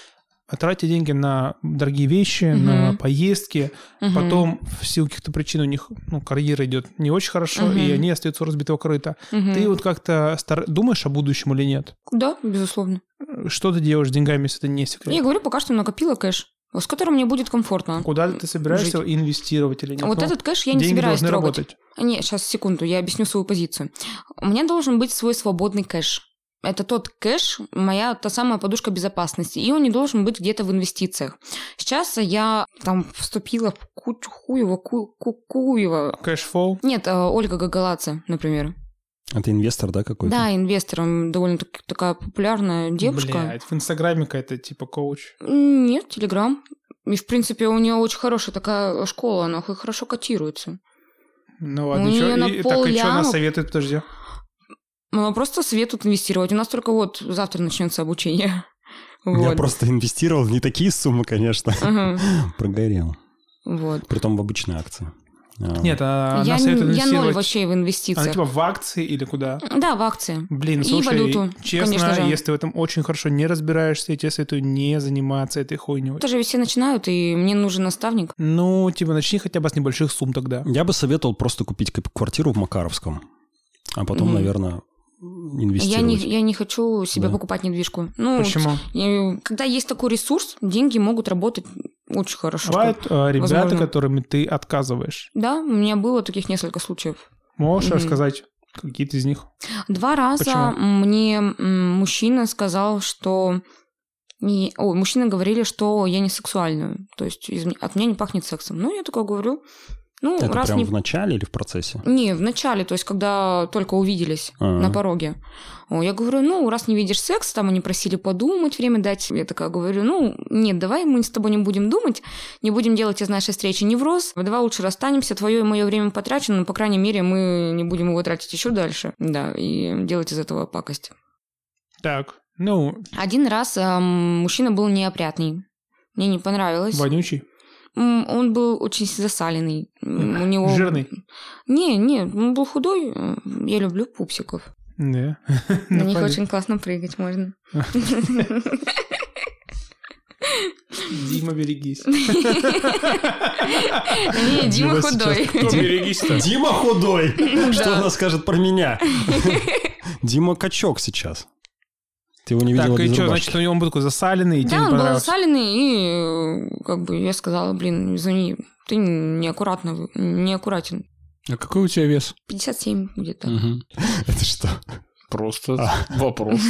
Speaker 2: тратят деньги на дорогие вещи, на
Speaker 4: Мгм.
Speaker 2: поездки,
Speaker 4: Мгм.
Speaker 2: потом в силу каких-то причин у них ну, карьера идет не очень хорошо,
Speaker 4: Мгм.
Speaker 2: и они остаются у разбитого крыта.
Speaker 4: Мгм.
Speaker 2: Ты вот как-то стар- думаешь о будущем или нет?
Speaker 4: Да, безусловно.
Speaker 2: Что ты делаешь с деньгами, если это не секрет?
Speaker 4: Я говорю, пока что накопила кэш, с которым мне будет комфортно. А
Speaker 2: Куда ты собираешься инвестировать или нет?
Speaker 4: Вот
Speaker 2: Ну,
Speaker 4: этот кэш я не
Speaker 2: деньги
Speaker 4: собираюсь
Speaker 2: должны
Speaker 4: трогать.
Speaker 2: работать.
Speaker 4: Не, сейчас, секунду, я объясню свою позицию. У меня должен быть свой свободный кэш. Это тот кэш, моя та самая подушка безопасности, и он не должен быть где-то в инвестициях. Сейчас я там вступила в кучу хуева, ку- ку- куева.
Speaker 2: Кэшфол.
Speaker 4: Нет, э, Ольга Гагаладзе, например.
Speaker 3: А ты инвестор, да, какой-то?
Speaker 4: Да, инвестором довольно таки такая популярная девушка.
Speaker 2: Блядь, в Инстаграме какая-то типа коуч.
Speaker 4: М, Нет, Телеграм. И, в принципе, у нее очень хорошая такая школа, она хо- хорошо котируется.
Speaker 2: Ну ладно,
Speaker 4: У
Speaker 2: чё-
Speaker 4: неё на
Speaker 2: и, так, и что она
Speaker 4: полляма-
Speaker 2: советует, подожди?
Speaker 4: Она просто советует инвестировать. У нас только вот завтра начнется обучение.
Speaker 3: Я
Speaker 4: Вот.
Speaker 3: просто инвестировал в не такие суммы, конечно.
Speaker 4: Ага.
Speaker 3: Прогорел.
Speaker 4: Вот.
Speaker 3: Притом в обычные акции. А,
Speaker 2: Нет, а, она
Speaker 4: Я,
Speaker 2: советует
Speaker 4: н- я ноль
Speaker 2: инвестировать.
Speaker 4: вообще в
Speaker 2: Она
Speaker 4: инвестициях.
Speaker 2: типа в акции или куда?
Speaker 4: Да, в акции.
Speaker 2: Блин,
Speaker 4: И
Speaker 2: слушай,
Speaker 4: валюту,
Speaker 2: честно,
Speaker 4: конечно же.
Speaker 2: если ты в этом очень хорошо не разбираешься, я тебе советую не заниматься этой хуйней.
Speaker 4: Это же все начинают, и мне нужен наставник.
Speaker 2: Ну, типа, начни хотя бы с небольших сумм тогда.
Speaker 3: Я бы советовал просто купить кап- квартиру в Макаровском, а потом,
Speaker 4: Мгм.
Speaker 3: наверное, инвестировать.
Speaker 4: Я не, ну, я не хочу себе
Speaker 3: Да.
Speaker 4: покупать недвижку. Ну,
Speaker 2: Почему?
Speaker 4: э, когда есть такой ресурс, деньги могут работать очень хорошо.
Speaker 2: Бывают э, ребята,
Speaker 4: возможно.
Speaker 2: которыми ты отказываешь.
Speaker 4: Да, у меня было таких несколько случаев.
Speaker 2: Можешь
Speaker 4: Мгм.
Speaker 2: рассказать какие-то из них?
Speaker 4: Два раза
Speaker 2: Почему?
Speaker 4: мне м, мужчина сказал, что... не- Ой, мужчины говорили, что я не сексуальную. То есть из м- от меня не пахнет сексом. Ну, я такое говорю. Ну,
Speaker 3: Это
Speaker 4: раз
Speaker 3: прям
Speaker 4: не...
Speaker 3: в начале или в процессе?
Speaker 4: Не, в начале, то есть когда только увиделись
Speaker 3: А.
Speaker 4: на пороге. О, Я говорю, ну, раз не видишь секс, там они просили подумать, время дать. Я такая говорю, ну, нет, давай мы с тобой не будем думать, не будем делать из нашей встречи невроз, давай лучше расстанемся, твое и мое время потрачено, но, по крайней мере, мы не будем его тратить еще дальше, да, и делать из этого пакость.
Speaker 2: Так, ну,
Speaker 4: Один раз эм, мужчина был неопрятный. Мне не понравилось.
Speaker 2: вонючий,
Speaker 4: М, Он был очень засаленный. М, У него...
Speaker 2: жирный.
Speaker 4: Не, не, он был худой. М, Я люблю пупсиков.
Speaker 2: Да.
Speaker 4: На
Speaker 2: Ну,
Speaker 4: них
Speaker 2: понятно.
Speaker 4: очень классно прыгать можно.
Speaker 2: Дима, берегись.
Speaker 4: Не, Дима
Speaker 3: Дима сейчас
Speaker 4: худой.
Speaker 3: кто
Speaker 2: берегись-то?
Speaker 3: Дима худой! Что
Speaker 4: Да.
Speaker 3: она скажет про меня? Дима качок сейчас. Ты его не видела
Speaker 2: Так, и
Speaker 3: без
Speaker 2: что,
Speaker 3: рубашки.
Speaker 2: значит, у него он был такой засаленный, и тебе
Speaker 4: Да,
Speaker 2: не
Speaker 4: он был
Speaker 2: понравилось?
Speaker 4: засаленный, и э, как бы я сказала, блин, извини, ты неаккуратно, вы- неаккуратен.
Speaker 1: А какой у тебя вес?
Speaker 4: 57 где-то.
Speaker 3: Мгм. А. Это что?
Speaker 1: Просто вопрос.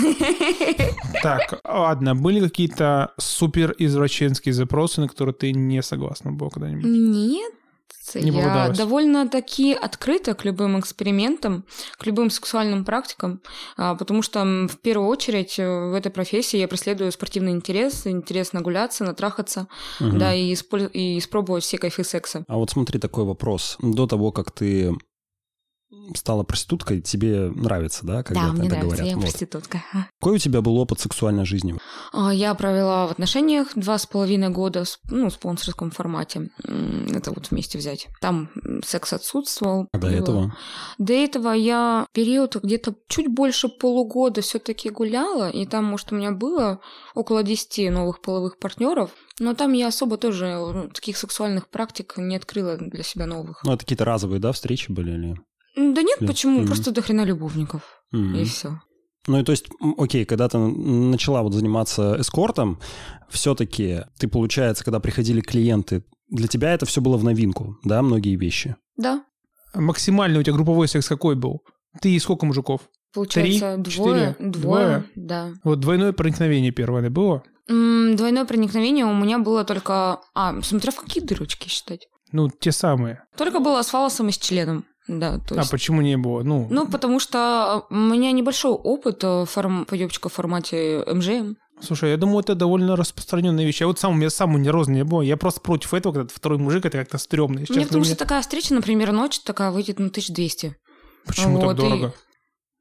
Speaker 2: Так, ладно, были какие-то супер извращенские запросы, на которые ты не согласна была когда-нибудь?
Speaker 4: Ну. Нет,
Speaker 2: Не
Speaker 4: я
Speaker 2: получалось.
Speaker 4: довольно-таки открыта к любым экспериментам, к любым сексуальным практикам, а, потому что м, в первую очередь э, в этой профессии я преследую спортивный интерес, интерес нагуляться, натрахаться,
Speaker 3: Мгм.
Speaker 4: да, и, исполь- и испробовать все кайфы секса.
Speaker 3: А вот смотри, такой вопрос. До того, как ты стала проституткой, тебе нравится, да, когда
Speaker 4: да, мне
Speaker 3: это
Speaker 4: нравится,
Speaker 3: говорят?
Speaker 4: я
Speaker 3: Вот.
Speaker 4: проститутка.
Speaker 3: Какой у тебя был опыт сексуальной жизни?
Speaker 4: А, Я провела в отношениях два с половиной года, в сп- ну, в спонсорском формате. М, Это вот вместе взять. Там м, секс отсутствовал.
Speaker 3: А до
Speaker 4: Было.
Speaker 3: этого?
Speaker 4: До этого я период где-то чуть больше полугода все-таки гуляла, и там, может, у меня было около 10 новых половых партнеров, но там я особо тоже ну, таких сексуальных практик не открыла для себя новых.
Speaker 3: Ну, это какие-то разовые, да, встречи были? Или...
Speaker 4: М, Да нет,
Speaker 3: Мгм.
Speaker 4: почему? Просто до хрена любовников.
Speaker 3: Мгм.
Speaker 4: И все.
Speaker 3: Ну и то есть, м, окей, когда ты н- начала вот заниматься эскортом, все-таки ты, получается, когда приходили клиенты, для тебя это все было в новинку, да, многие вещи.
Speaker 4: Да.
Speaker 2: Максимальный у тебя групповой секс какой был? Ты и сколько мужиков?
Speaker 4: Получается, двое,
Speaker 2: четыре, двое?
Speaker 4: двое, да.
Speaker 2: Вот двойное проникновение первое да, было?
Speaker 4: М, Двойное проникновение у меня было только... А, смотря в какие дырочки считать.
Speaker 2: Ну, те самые.
Speaker 4: Только было с фалосом и с членом. Да, то
Speaker 2: А
Speaker 4: есть...
Speaker 2: почему не было? Ну,
Speaker 4: Ну, потому что у меня небольшой опыт э, форм... поебчика в формате МЖМ.
Speaker 2: слушай, я думаю, это довольно распространенная вещь. Я вот сам, у меня сам не розный не было. Я просто против этого, когда второй мужик, это как-то стрёмно. Если
Speaker 4: Мне
Speaker 2: честно,
Speaker 4: потому
Speaker 2: мне-
Speaker 4: что такая встреча, например, ночь такая выйдет на 1200.
Speaker 2: Почему так
Speaker 4: Вот, и-
Speaker 2: дорого?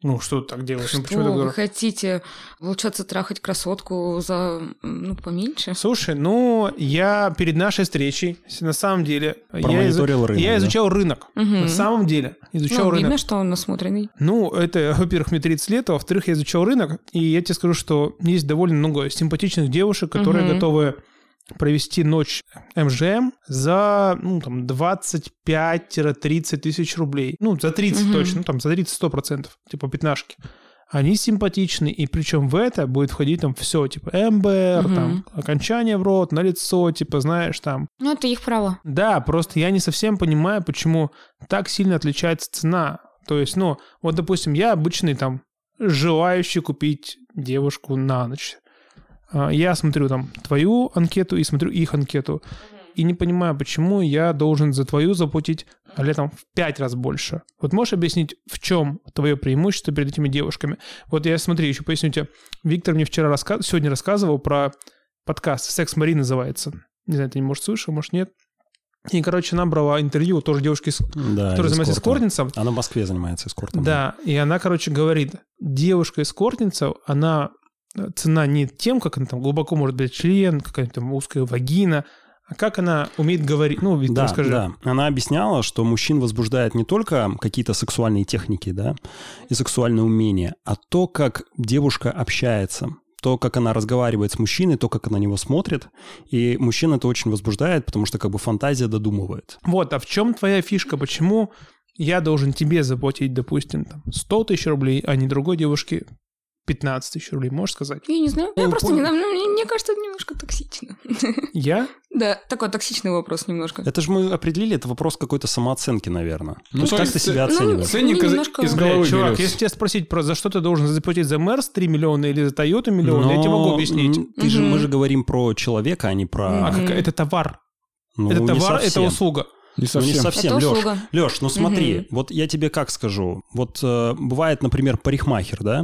Speaker 2: Ну, что ты так делаешь? Ну,
Speaker 4: Что
Speaker 2: почему так
Speaker 4: вы
Speaker 2: дорого?
Speaker 4: хотите? Получается, трахать красотку за, м, ну, поменьше?
Speaker 2: Слушай, ну, я перед нашей встречей, с- на самом деле, я, изу-
Speaker 3: Промониторил рынок,
Speaker 2: я
Speaker 3: да?
Speaker 2: изучал рынок.
Speaker 4: Мгм.
Speaker 2: На самом деле, изучал
Speaker 4: Ну,
Speaker 2: рынок.
Speaker 4: видно, что он насмотренный.
Speaker 2: Ну, это, во-первых, мне 30 лет, а во-вторых, я изучал рынок, и я тебе скажу, что есть довольно много симпатичных девушек, которые
Speaker 4: Мгм.
Speaker 2: готовы провести ночь МЖМ за, ну, там, 25-30 тысяч рублей. Ну, за 30
Speaker 4: Мгм.
Speaker 2: точно, ну, там, за 30-100 процентов, типа пятнашки. Они симпатичны, и причем в это будет входить там все, типа МБР,
Speaker 4: Мгм.
Speaker 2: там, окончание в рот, на лицо, типа, знаешь, там,
Speaker 4: Ну, это их право.
Speaker 2: да, просто я не совсем понимаю, почему так сильно отличается цена. То есть, ну, вот, допустим, я обычный там желающий купить девушку на ночь. А, Я смотрю там твою анкету и смотрю их анкету. И не понимаю, почему я должен за твою заплатить а, летом в пять раз больше. Вот можешь объяснить, в чем твое преимущество перед этими девушками? Вот я смотри, еще поясню тебе. Виктор мне вчера раска- сегодня рассказывал про подкаст «Секс Мари» называется. Не знаю, ты, может, слышал, может, нет. И, короче, она брала интервью тоже девушки, с-
Speaker 3: Да,
Speaker 2: которая занимается
Speaker 3: эскортом.
Speaker 2: эскортницем.
Speaker 3: Она в Москве занимается эскортом.
Speaker 2: Да, и она, короче, говорит, девушка эскортница, она э, цена не тем, как она там глубоко может быть член, какая-нибудь там узкая вагина, а как она умеет говорить. Ну, Виктор,
Speaker 3: Да,
Speaker 2: скажи.
Speaker 3: да. Она объясняла, что мужчин возбуждает не только какие-то сексуальные техники, да, и сексуальные умения, а то, как девушка общается, то, как она разговаривает с мужчиной, то, как она на него смотрит. И мужчин это очень возбуждает, потому что как бы фантазия додумывает.
Speaker 2: Вот, а в чем твоя фишка? Почему я должен тебе заплатить, допустим, там, 100 тысяч рублей, а не другой девушке 15 тысяч рублей, можешь сказать?
Speaker 4: Я не знаю. Я
Speaker 2: Ну,
Speaker 4: просто
Speaker 2: понял.
Speaker 4: не знаю. Мне, мне кажется, это немножко токсично.
Speaker 2: Я?
Speaker 4: Да, такой токсичный вопрос немножко.
Speaker 3: Это же мы определили, это вопрос какой-то самооценки, наверное. Ну,
Speaker 1: Ну, то
Speaker 3: как
Speaker 1: есть
Speaker 3: ты себя
Speaker 2: э,
Speaker 4: ну,
Speaker 3: оцениваешь?
Speaker 1: Ценник
Speaker 4: Ну,
Speaker 1: из,
Speaker 4: немножко.
Speaker 1: из
Speaker 2: Бля,
Speaker 1: головы
Speaker 2: чувак,
Speaker 1: берётся.
Speaker 2: если тебя спросить, про за что ты должен заплатить за Мерс 3 миллиона или за Тойоту миллион, я тебе могу
Speaker 3: Но,
Speaker 2: объяснить.
Speaker 3: м, Ты же,
Speaker 4: Мгм.
Speaker 3: мы же говорим про человека, а не про...
Speaker 2: А
Speaker 4: Мгм.
Speaker 2: как- это товар.
Speaker 3: Ну,
Speaker 2: это
Speaker 3: не
Speaker 2: товар, это
Speaker 3: совсем.
Speaker 2: услуга.
Speaker 1: Не
Speaker 3: Ну, не
Speaker 1: совсем.
Speaker 3: совсем,
Speaker 4: это
Speaker 3: Лёш.
Speaker 4: услуга.
Speaker 3: Леш, ну смотри,
Speaker 4: Мгм.
Speaker 3: вот я тебе как скажу. Вот э, бывает, например, парикмахер, да?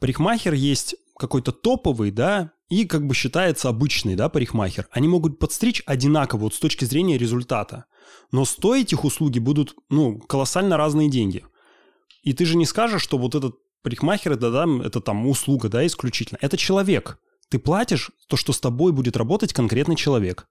Speaker 3: Парикмахер есть какой-то топовый, да, и как бы считается обычный, да, парикмахер. Они могут подстричь одинаково вот с точки зрения результата. Но стоить их услуги будут, ну, колоссально разные деньги. И ты же не скажешь, что вот этот парикмахер, это, да, это там услуга, да, исключительно. Это человек. Ты платишь то, что с тобой будет работать конкретный человек.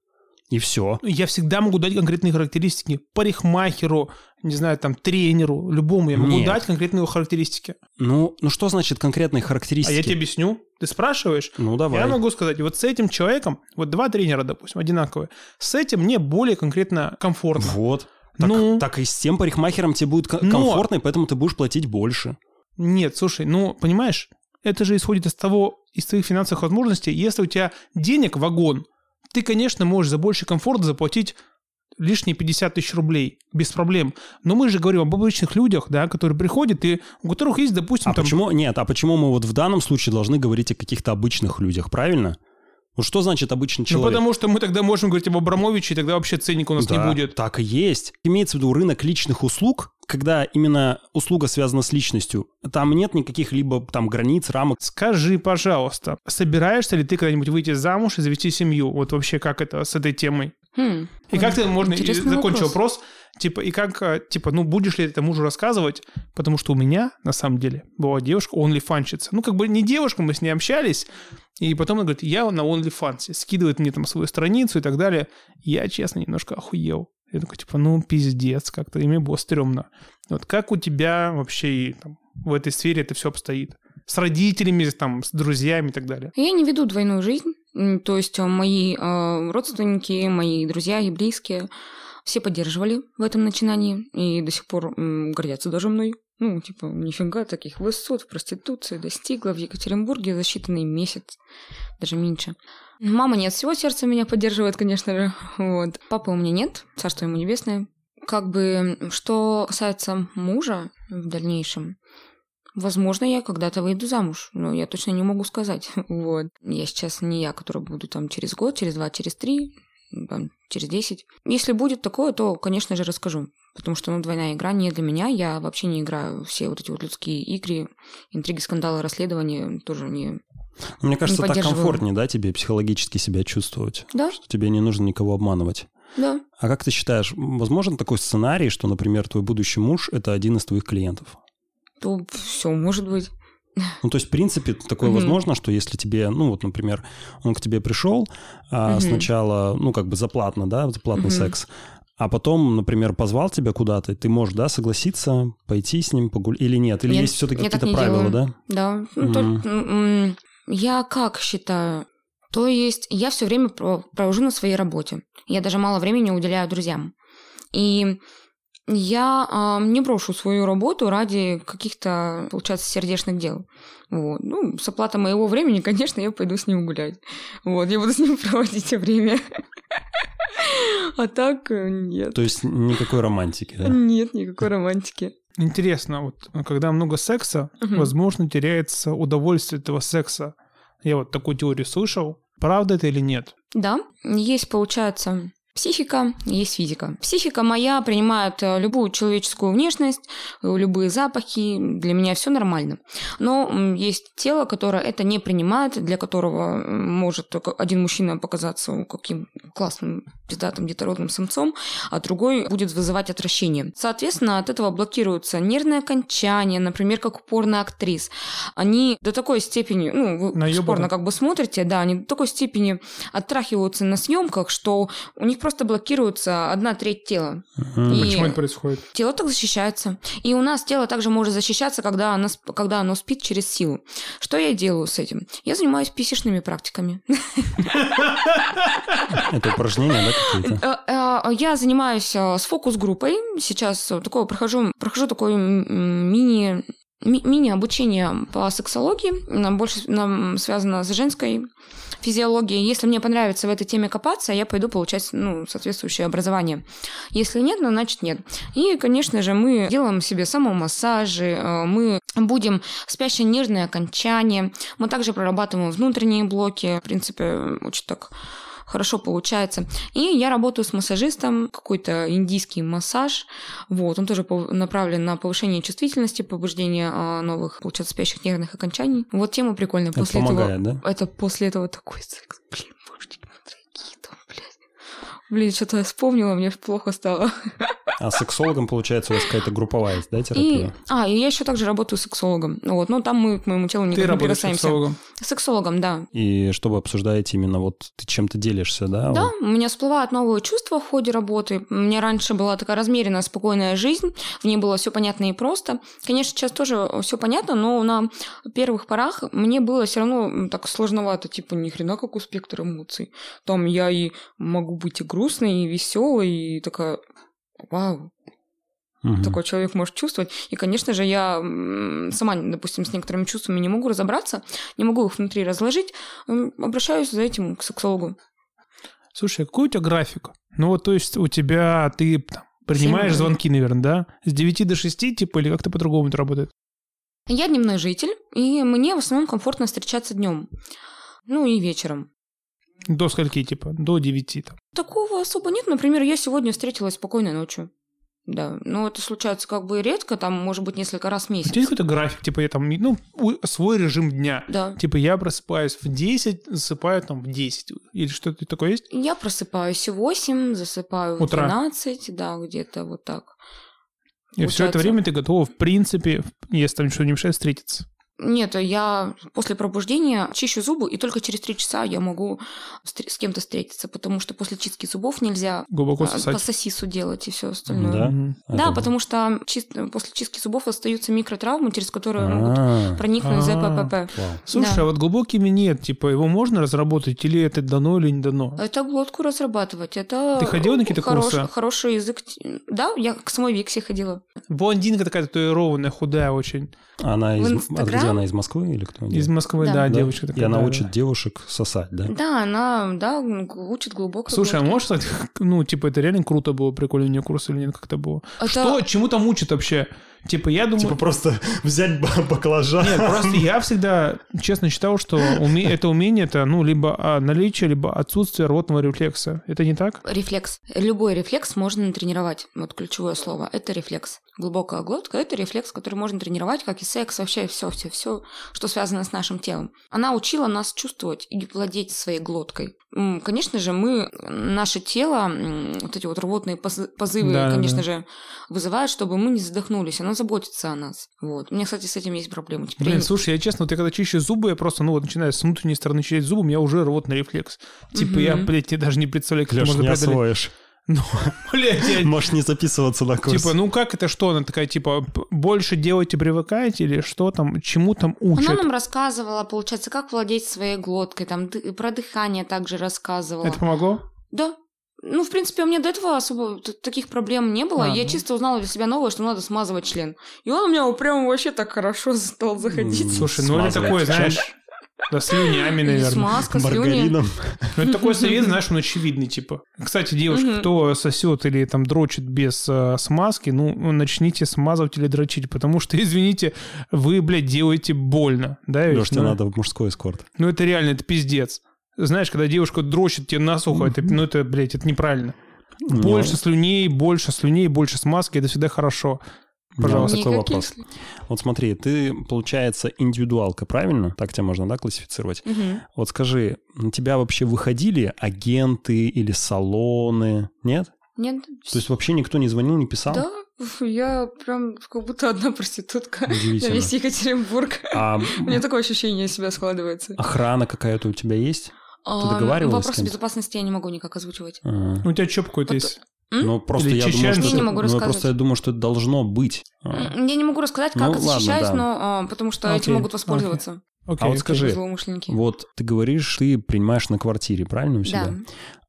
Speaker 3: И все.
Speaker 2: Я всегда могу дать конкретные характеристики парикмахеру, не знаю, там, тренеру, любому. Я могу
Speaker 3: Нет.
Speaker 2: дать конкретные его характеристики.
Speaker 3: Ну, ну что значит конкретные
Speaker 2: А
Speaker 3: характеристики?
Speaker 2: я тебе объясню. Ты спрашиваешь,
Speaker 3: Ну, давай.
Speaker 2: Я могу сказать, вот с этим человеком, вот два тренера, допустим, одинаковые, с этим мне более конкретно комфортно.
Speaker 3: Вот. Так,
Speaker 2: Ну.
Speaker 3: так и с тем парикмахером тебе будет ко-
Speaker 2: Но.
Speaker 3: комфортно, и поэтому ты будешь платить больше.
Speaker 2: Нет, слушай, ну, понимаешь, это же исходит из того, из твоих финансовых возможностей. Если у тебя денег вагон, ты, конечно, можешь за больший комфорт заплатить лишние 50 тысяч рублей, без проблем. Но мы же говорим об обычных людях, да, которые приходят, и у которых есть, допустим,
Speaker 3: а
Speaker 2: там...
Speaker 3: почему? Нет, а почему мы вот в данном случае должны говорить о каких-то обычных людях, правильно? Вот что значит обычный
Speaker 2: Ну,
Speaker 3: человек?
Speaker 2: потому что мы тогда можем говорить об Абрамовиче, и тогда вообще ценник у нас
Speaker 3: Да,
Speaker 2: не будет.
Speaker 3: Так и есть. Имеется в виду рынок личных услуг, когда именно услуга связана с личностью. Там нет никаких либо там границ, рамок.
Speaker 2: Скажи, пожалуйста, собираешься ли ты когда-нибудь выйти замуж и завести семью? Вот вообще как это с этой темой?
Speaker 4: Хм.
Speaker 2: И как ты, можно, и
Speaker 4: Интересный
Speaker 2: закончу вопрос, типа, и как, э, типа, ну, будешь ли это мужу рассказывать? Потому что у меня, на самом деле, была девушка OnlyFansщица. Ну, как бы не девушка, мы с ней общались, и потом она говорит, я на OnlyFans, скидывает мне там свою страницу и так далее. Я, честно, немножко охуел. Я такой, типа, ну, пиздец как-то, и мне было стрёмно. Вот как у тебя вообще и там в этой сфере это все обстоит? С родителями, там, с друзьями и так далее.
Speaker 4: Я не веду двойную жизнь. М, То есть э, мои э, родственники, мои друзья и близкие все поддерживали в этом начинании и до сих пор м, гордятся даже мной. Ну, типа, нифига таких высот в проституции достигла в Екатеринбурге за считанный месяц, даже меньше. Мама не от всего сердца меня поддерживает, конечно же. Вот. Папы у меня нет, царство ему небесное. Как бы, м, что касается мужа в дальнейшем, Возможно, я когда-то выйду замуж, но я точно не могу сказать. Вот. Я сейчас не я, которая буду там через год, через два, через три, там, через десять. Если будет такое, то, конечно же, расскажу. Потому что, ну, двойная игра не для меня. Я вообще не играю все вот эти вот людские игры, интриги, скандалы, расследования. Тоже не...
Speaker 3: Мне кажется, так
Speaker 4: поддерживаю.
Speaker 3: комфортнее, да, тебе психологически себя чувствовать.
Speaker 4: Да,
Speaker 3: Что тебе не нужно никого обманывать.
Speaker 4: да.
Speaker 3: А как ты считаешь, возможен такой сценарий, что, например, твой будущий муж – это один из твоих клиентов?
Speaker 4: то все может быть.
Speaker 3: Ну, то есть, в принципе, такое
Speaker 4: Мгм.
Speaker 3: возможно, что если тебе, ну, вот, например, он к тебе пришел а,
Speaker 4: Мгм.
Speaker 3: сначала, ну, как бы заплатно, да, заплатный
Speaker 4: Мгм.
Speaker 3: секс, а потом, например, позвал тебя куда-то, ты можешь, да, согласиться, пойти с ним погулять или нет? Или
Speaker 4: Нет,
Speaker 3: есть все-таки
Speaker 4: я так
Speaker 3: какие-то
Speaker 4: не
Speaker 3: правила,
Speaker 4: делаю.
Speaker 3: да?
Speaker 4: Да. Ну, то-
Speaker 3: Мгм.
Speaker 4: м, м, я как считаю? То есть я все время про- провожу на своей работе. Я даже мало времени уделяю друзьям. И я а, не брошу свою работу ради каких-то, получается, сердечных дел. Вот. Ну, с оплатой моего времени, конечно, я пойду с ним гулять. Вот, я буду с ним проводить время. А так э, нет.
Speaker 3: То есть никакой романтики, да?
Speaker 4: Нет никакой романтики.
Speaker 2: Интересно, вот когда много секса,
Speaker 4: Мгм.
Speaker 2: возможно, теряется удовольствие этого секса. Я вот такую теорию слышал. Правда это или нет?
Speaker 4: Да, есть, получается, психика, есть физика. Психика моя принимает э, любую человеческую внешность, э, любые запахи, для меня все нормально. Но м, есть тело, которое это не принимает, для которого м, может только один мужчина показаться каким классным пиздатым детородным самцом, а другой будет вызывать отвращение. Соответственно, от этого блокируются нервные окончания, например, как у порно-актрис. Они до такой степени, ну, вы
Speaker 2: Наёбаны.
Speaker 4: спорно как бы смотрите, да, они до такой степени оттрахиваются на съемках, что у них просто блокируется одна треть тела.
Speaker 3: Мгм.
Speaker 4: И-
Speaker 2: Почему это происходит?
Speaker 4: Тело так защищается. И у нас тело также может защищаться, когда оно, сп- когда оно спит через силу. Что я делаю с этим? Я занимаюсь писечными практиками.
Speaker 3: Это упражнения, да, какие-то?
Speaker 4: Э, э, Я занимаюсь э, с фокус-группой. Сейчас э, такое прохожу, прохожу такое м, м, мини ми- мини-обучение по сексологии, Нам больше нам связано с женской физиологией. Если мне понравится в этой теме копаться, я пойду получать ну, соответствующее образование. Если нет, ну, значит нет. И, конечно же, мы делаем себе самомассажи, э, мы будем спящие нервные окончания, мы также прорабатываем внутренние блоки. В принципе, очень так хорошо получается. И я работаю с массажистом, какой-то индийский массаж. Вот, он тоже пов- направлен на повышение чувствительности, побуждение а, новых, получается, спящих нервных окончаний. Вот тема прикольная.
Speaker 3: Это
Speaker 4: После этого
Speaker 3: помогает, да?
Speaker 4: это после этого такой секс. Блин, божечки, мои дорогие, там, блядь. Блин, что-то я вспомнила, мне плохо стало.
Speaker 3: А с сексологом, получается, у вас какая-то групповая, да,
Speaker 4: И,
Speaker 3: терапия?
Speaker 4: а, и я еще также работаю сексологом. Вот, но там мы к моему телу
Speaker 2: Ты
Speaker 4: никак Ну, не
Speaker 2: работаешь
Speaker 4: прикасаемся.
Speaker 2: сексологом.
Speaker 4: Сексологом, да.
Speaker 3: И что вы обсуждаете именно, вот ты чем-то делишься, да?
Speaker 4: Да,
Speaker 3: А Вот.
Speaker 4: у меня всплывают новые чувства в ходе работы. У меня раньше была такая размеренная, спокойная жизнь. В ней было все понятно и просто. Конечно, сейчас тоже все понятно, но на первых порах мне было все равно м, так сложновато. Типа, ни хрена какой спектр эмоций. Там я и могу быть и грустной, и веселой, и такая... Вау,
Speaker 3: Мгм.
Speaker 4: такой человек может чувствовать. И, конечно же, я м, сама, допустим, с некоторыми чувствами не могу разобраться, не могу их внутри разложить. М, Обращаюсь за этим к сексологу.
Speaker 2: Слушай, какой у тебя график? Ну вот, то есть у тебя ты там, принимаешь
Speaker 4: Семь.
Speaker 2: звонки, наверное, да? С 9 до 6, типа, или как-то по-другому это работает?
Speaker 4: Я дневной житель, и мне в основном комфортно встречаться днем. Ну и вечером.
Speaker 2: До скольки, типа? До 9 там.
Speaker 4: Такого особо нет. Например, я сегодня встретилась спокойной ночью. Да, но это случается как бы редко, там, может быть, несколько раз в
Speaker 2: У
Speaker 4: месяц.
Speaker 2: тебя есть какой-то график, типа, я там, ну, у- свой режим дня.
Speaker 4: Да.
Speaker 2: Типа, я просыпаюсь в 10, засыпаю там в 10. Или что-то такое есть?
Speaker 4: Я просыпаюсь в 8, засыпаю в
Speaker 2: Утра.
Speaker 4: 12, да, где-то вот так.
Speaker 2: И все это
Speaker 4: Получается.
Speaker 2: время ты готова, в принципе, в- если там ничего не мешает, встретиться.
Speaker 4: Нет, я после пробуждения чищу зубы, и только через три часа я могу встр- с кем-то встретиться, потому что после чистки зубов нельзя
Speaker 2: Глубоко
Speaker 4: а, по
Speaker 2: сосать.
Speaker 4: сосису делать и все остальное.
Speaker 3: Да?
Speaker 2: Мгм.
Speaker 4: Да,
Speaker 3: Это-
Speaker 4: потому что чис- после чистки зубов остаются микротравмы, через которые могут
Speaker 3: А,
Speaker 4: проникнуть
Speaker 2: А.
Speaker 4: ЗППП.
Speaker 3: вау.
Speaker 2: Слушай,
Speaker 4: Да.
Speaker 2: а вот глубокий минет, типа, его можно разработать, или это дано, или не дано?
Speaker 4: Это глотку разрабатывать. Это
Speaker 2: Ты ходила на какие-то
Speaker 4: хорош-
Speaker 2: курсы?
Speaker 4: Хороший язык. т- Да, я к самой Виксе ходила.
Speaker 2: Блондинка такая татуированная, худая очень.
Speaker 3: Она
Speaker 4: В
Speaker 3: из...
Speaker 4: Инстаграм?
Speaker 3: А где она, из Москвы или кто?
Speaker 2: Из Москвы, да,
Speaker 4: Да.
Speaker 3: Да?
Speaker 2: девочка такая.
Speaker 3: И она
Speaker 2: да,
Speaker 3: учит
Speaker 2: да.
Speaker 3: девушек сосать, да?
Speaker 4: Да, она, да, г- учит глубоко.
Speaker 2: Слушай, а можешь сказать, ну, типа, это реально круто было, прикольно, у нее курс или нет, как это было?
Speaker 4: Это-
Speaker 2: Что, чему там учат вообще? Типа, я думаю...
Speaker 3: просто взять баклажан.
Speaker 2: Нет, просто я всегда честно считал, что уме- это умение, это, ну, либо а, наличие, либо отсутствие ротного рефлекса. Это не так?
Speaker 4: Рефлекс. Любой рефлекс можно тренировать. Вот ключевое слово. Это рефлекс. Глубокая глотка – это рефлекс, который можно тренировать, как и секс, вообще все, все, все, что связано с нашим телом. Она учила нас чувствовать и владеть своей глоткой. М, Конечно же, мы, наше тело, м, вот эти вот рвотные позы- позывы,
Speaker 2: Да-да-да.
Speaker 4: конечно же, вызывают, чтобы мы не задохнулись. Оно она заботится о нас. Вот. У меня, кстати, с этим есть проблемы. Теперь
Speaker 2: Блин,
Speaker 4: я-
Speaker 2: слушай, я честно, вот я когда чищу зубы, я просто, ну вот, начинаю с внутренней стороны чистить зубы, у меня уже рвотный рефлекс. Типа, я,
Speaker 4: Мгм.
Speaker 2: блядь, я даже не представляю, как это
Speaker 3: Леш,
Speaker 2: можно
Speaker 3: не
Speaker 2: преодолеть.
Speaker 3: освоишь.
Speaker 2: Ну, блядь, я...
Speaker 3: Можешь не записываться на курс.
Speaker 2: Типа, ну как это что? Она такая, типа, п- больше делайте, привыкаете или что там, чему там
Speaker 4: Она
Speaker 2: учат?
Speaker 4: нам рассказывала, получается, как владеть своей глоткой, там ды- про дыхание также рассказывала.
Speaker 2: Это помогло?
Speaker 4: Да. Ну, в принципе, у меня до этого особо т- таких проблем не было.
Speaker 2: А,
Speaker 4: я
Speaker 2: ну.
Speaker 4: чисто узнала для себя новое, что надо смазывать член. И он у меня прям вообще так хорошо стал заходить.
Speaker 2: Слушай, ну это
Speaker 3: Смазывать.
Speaker 2: такое, знаешь, да слюнями,
Speaker 4: И
Speaker 2: наверное.
Speaker 4: смазка, слюни.
Speaker 3: Маргарином.
Speaker 2: Ну, это такой совет, знаешь, он очевидный, типа. Кстати, девушки,
Speaker 4: Мгм.
Speaker 2: кто сосет или там дрочит без э, смазки, ну, начните смазывать или дрочить, потому что, извините, вы, блядь, делаете больно, да? ведь?
Speaker 3: Леш, тебе
Speaker 2: Ну,
Speaker 3: надо в мужской эскорт.
Speaker 2: Ну, это реально, это пиздец. Знаешь, когда девушка дрочит тебе насухо, это, ну, это, блядь, это неправильно.
Speaker 3: Ну.
Speaker 2: Больше слюней, больше слюней, больше смазки, это всегда хорошо. Пожалуйста.
Speaker 3: Ну, такой
Speaker 4: Никаких
Speaker 3: вопрос.
Speaker 4: слю-
Speaker 3: Вот смотри, ты, получается, индивидуалка, правильно? Так тебя можно, да, классифицировать?
Speaker 4: Мгм.
Speaker 3: Вот скажи, на тебя вообще выходили агенты или салоны? Нет?
Speaker 4: Нет.
Speaker 3: То есть вообще никто не звонил, не писал?
Speaker 4: Да, я прям как будто одна проститутка на
Speaker 3: Удивительно.
Speaker 4: весь Екатеринбург.
Speaker 3: А
Speaker 4: У меня такое ощущение себя складывается.
Speaker 3: охрана какая-то у тебя есть?
Speaker 4: А,
Speaker 3: договаривалась с
Speaker 4: Вопросы
Speaker 3: кем-то?
Speaker 4: безопасности я не могу никак озвучивать.
Speaker 3: А.
Speaker 2: Ну, У тебя чё какой-то
Speaker 4: Вот-
Speaker 2: есть?
Speaker 4: М?
Speaker 3: Ну, просто
Speaker 2: Или
Speaker 3: я думаю,
Speaker 2: чеченцы?
Speaker 3: что
Speaker 4: Я не
Speaker 3: это-
Speaker 4: могу
Speaker 3: ну, просто
Speaker 4: рассказывать.
Speaker 3: я думаю, что это должно быть. А
Speaker 4: М, Я не могу рассказать,
Speaker 3: Ну,
Speaker 4: как
Speaker 3: ладно,
Speaker 4: защищаюсь,
Speaker 3: да.
Speaker 4: но а, потому что
Speaker 2: Окей,
Speaker 4: этим могут воспользоваться
Speaker 2: Окей,
Speaker 3: А вот
Speaker 2: окей.
Speaker 3: скажи, Жи.
Speaker 4: злоумышленники.
Speaker 3: Вот ты говоришь, ты принимаешь на квартире, правильно у себя?
Speaker 4: Да,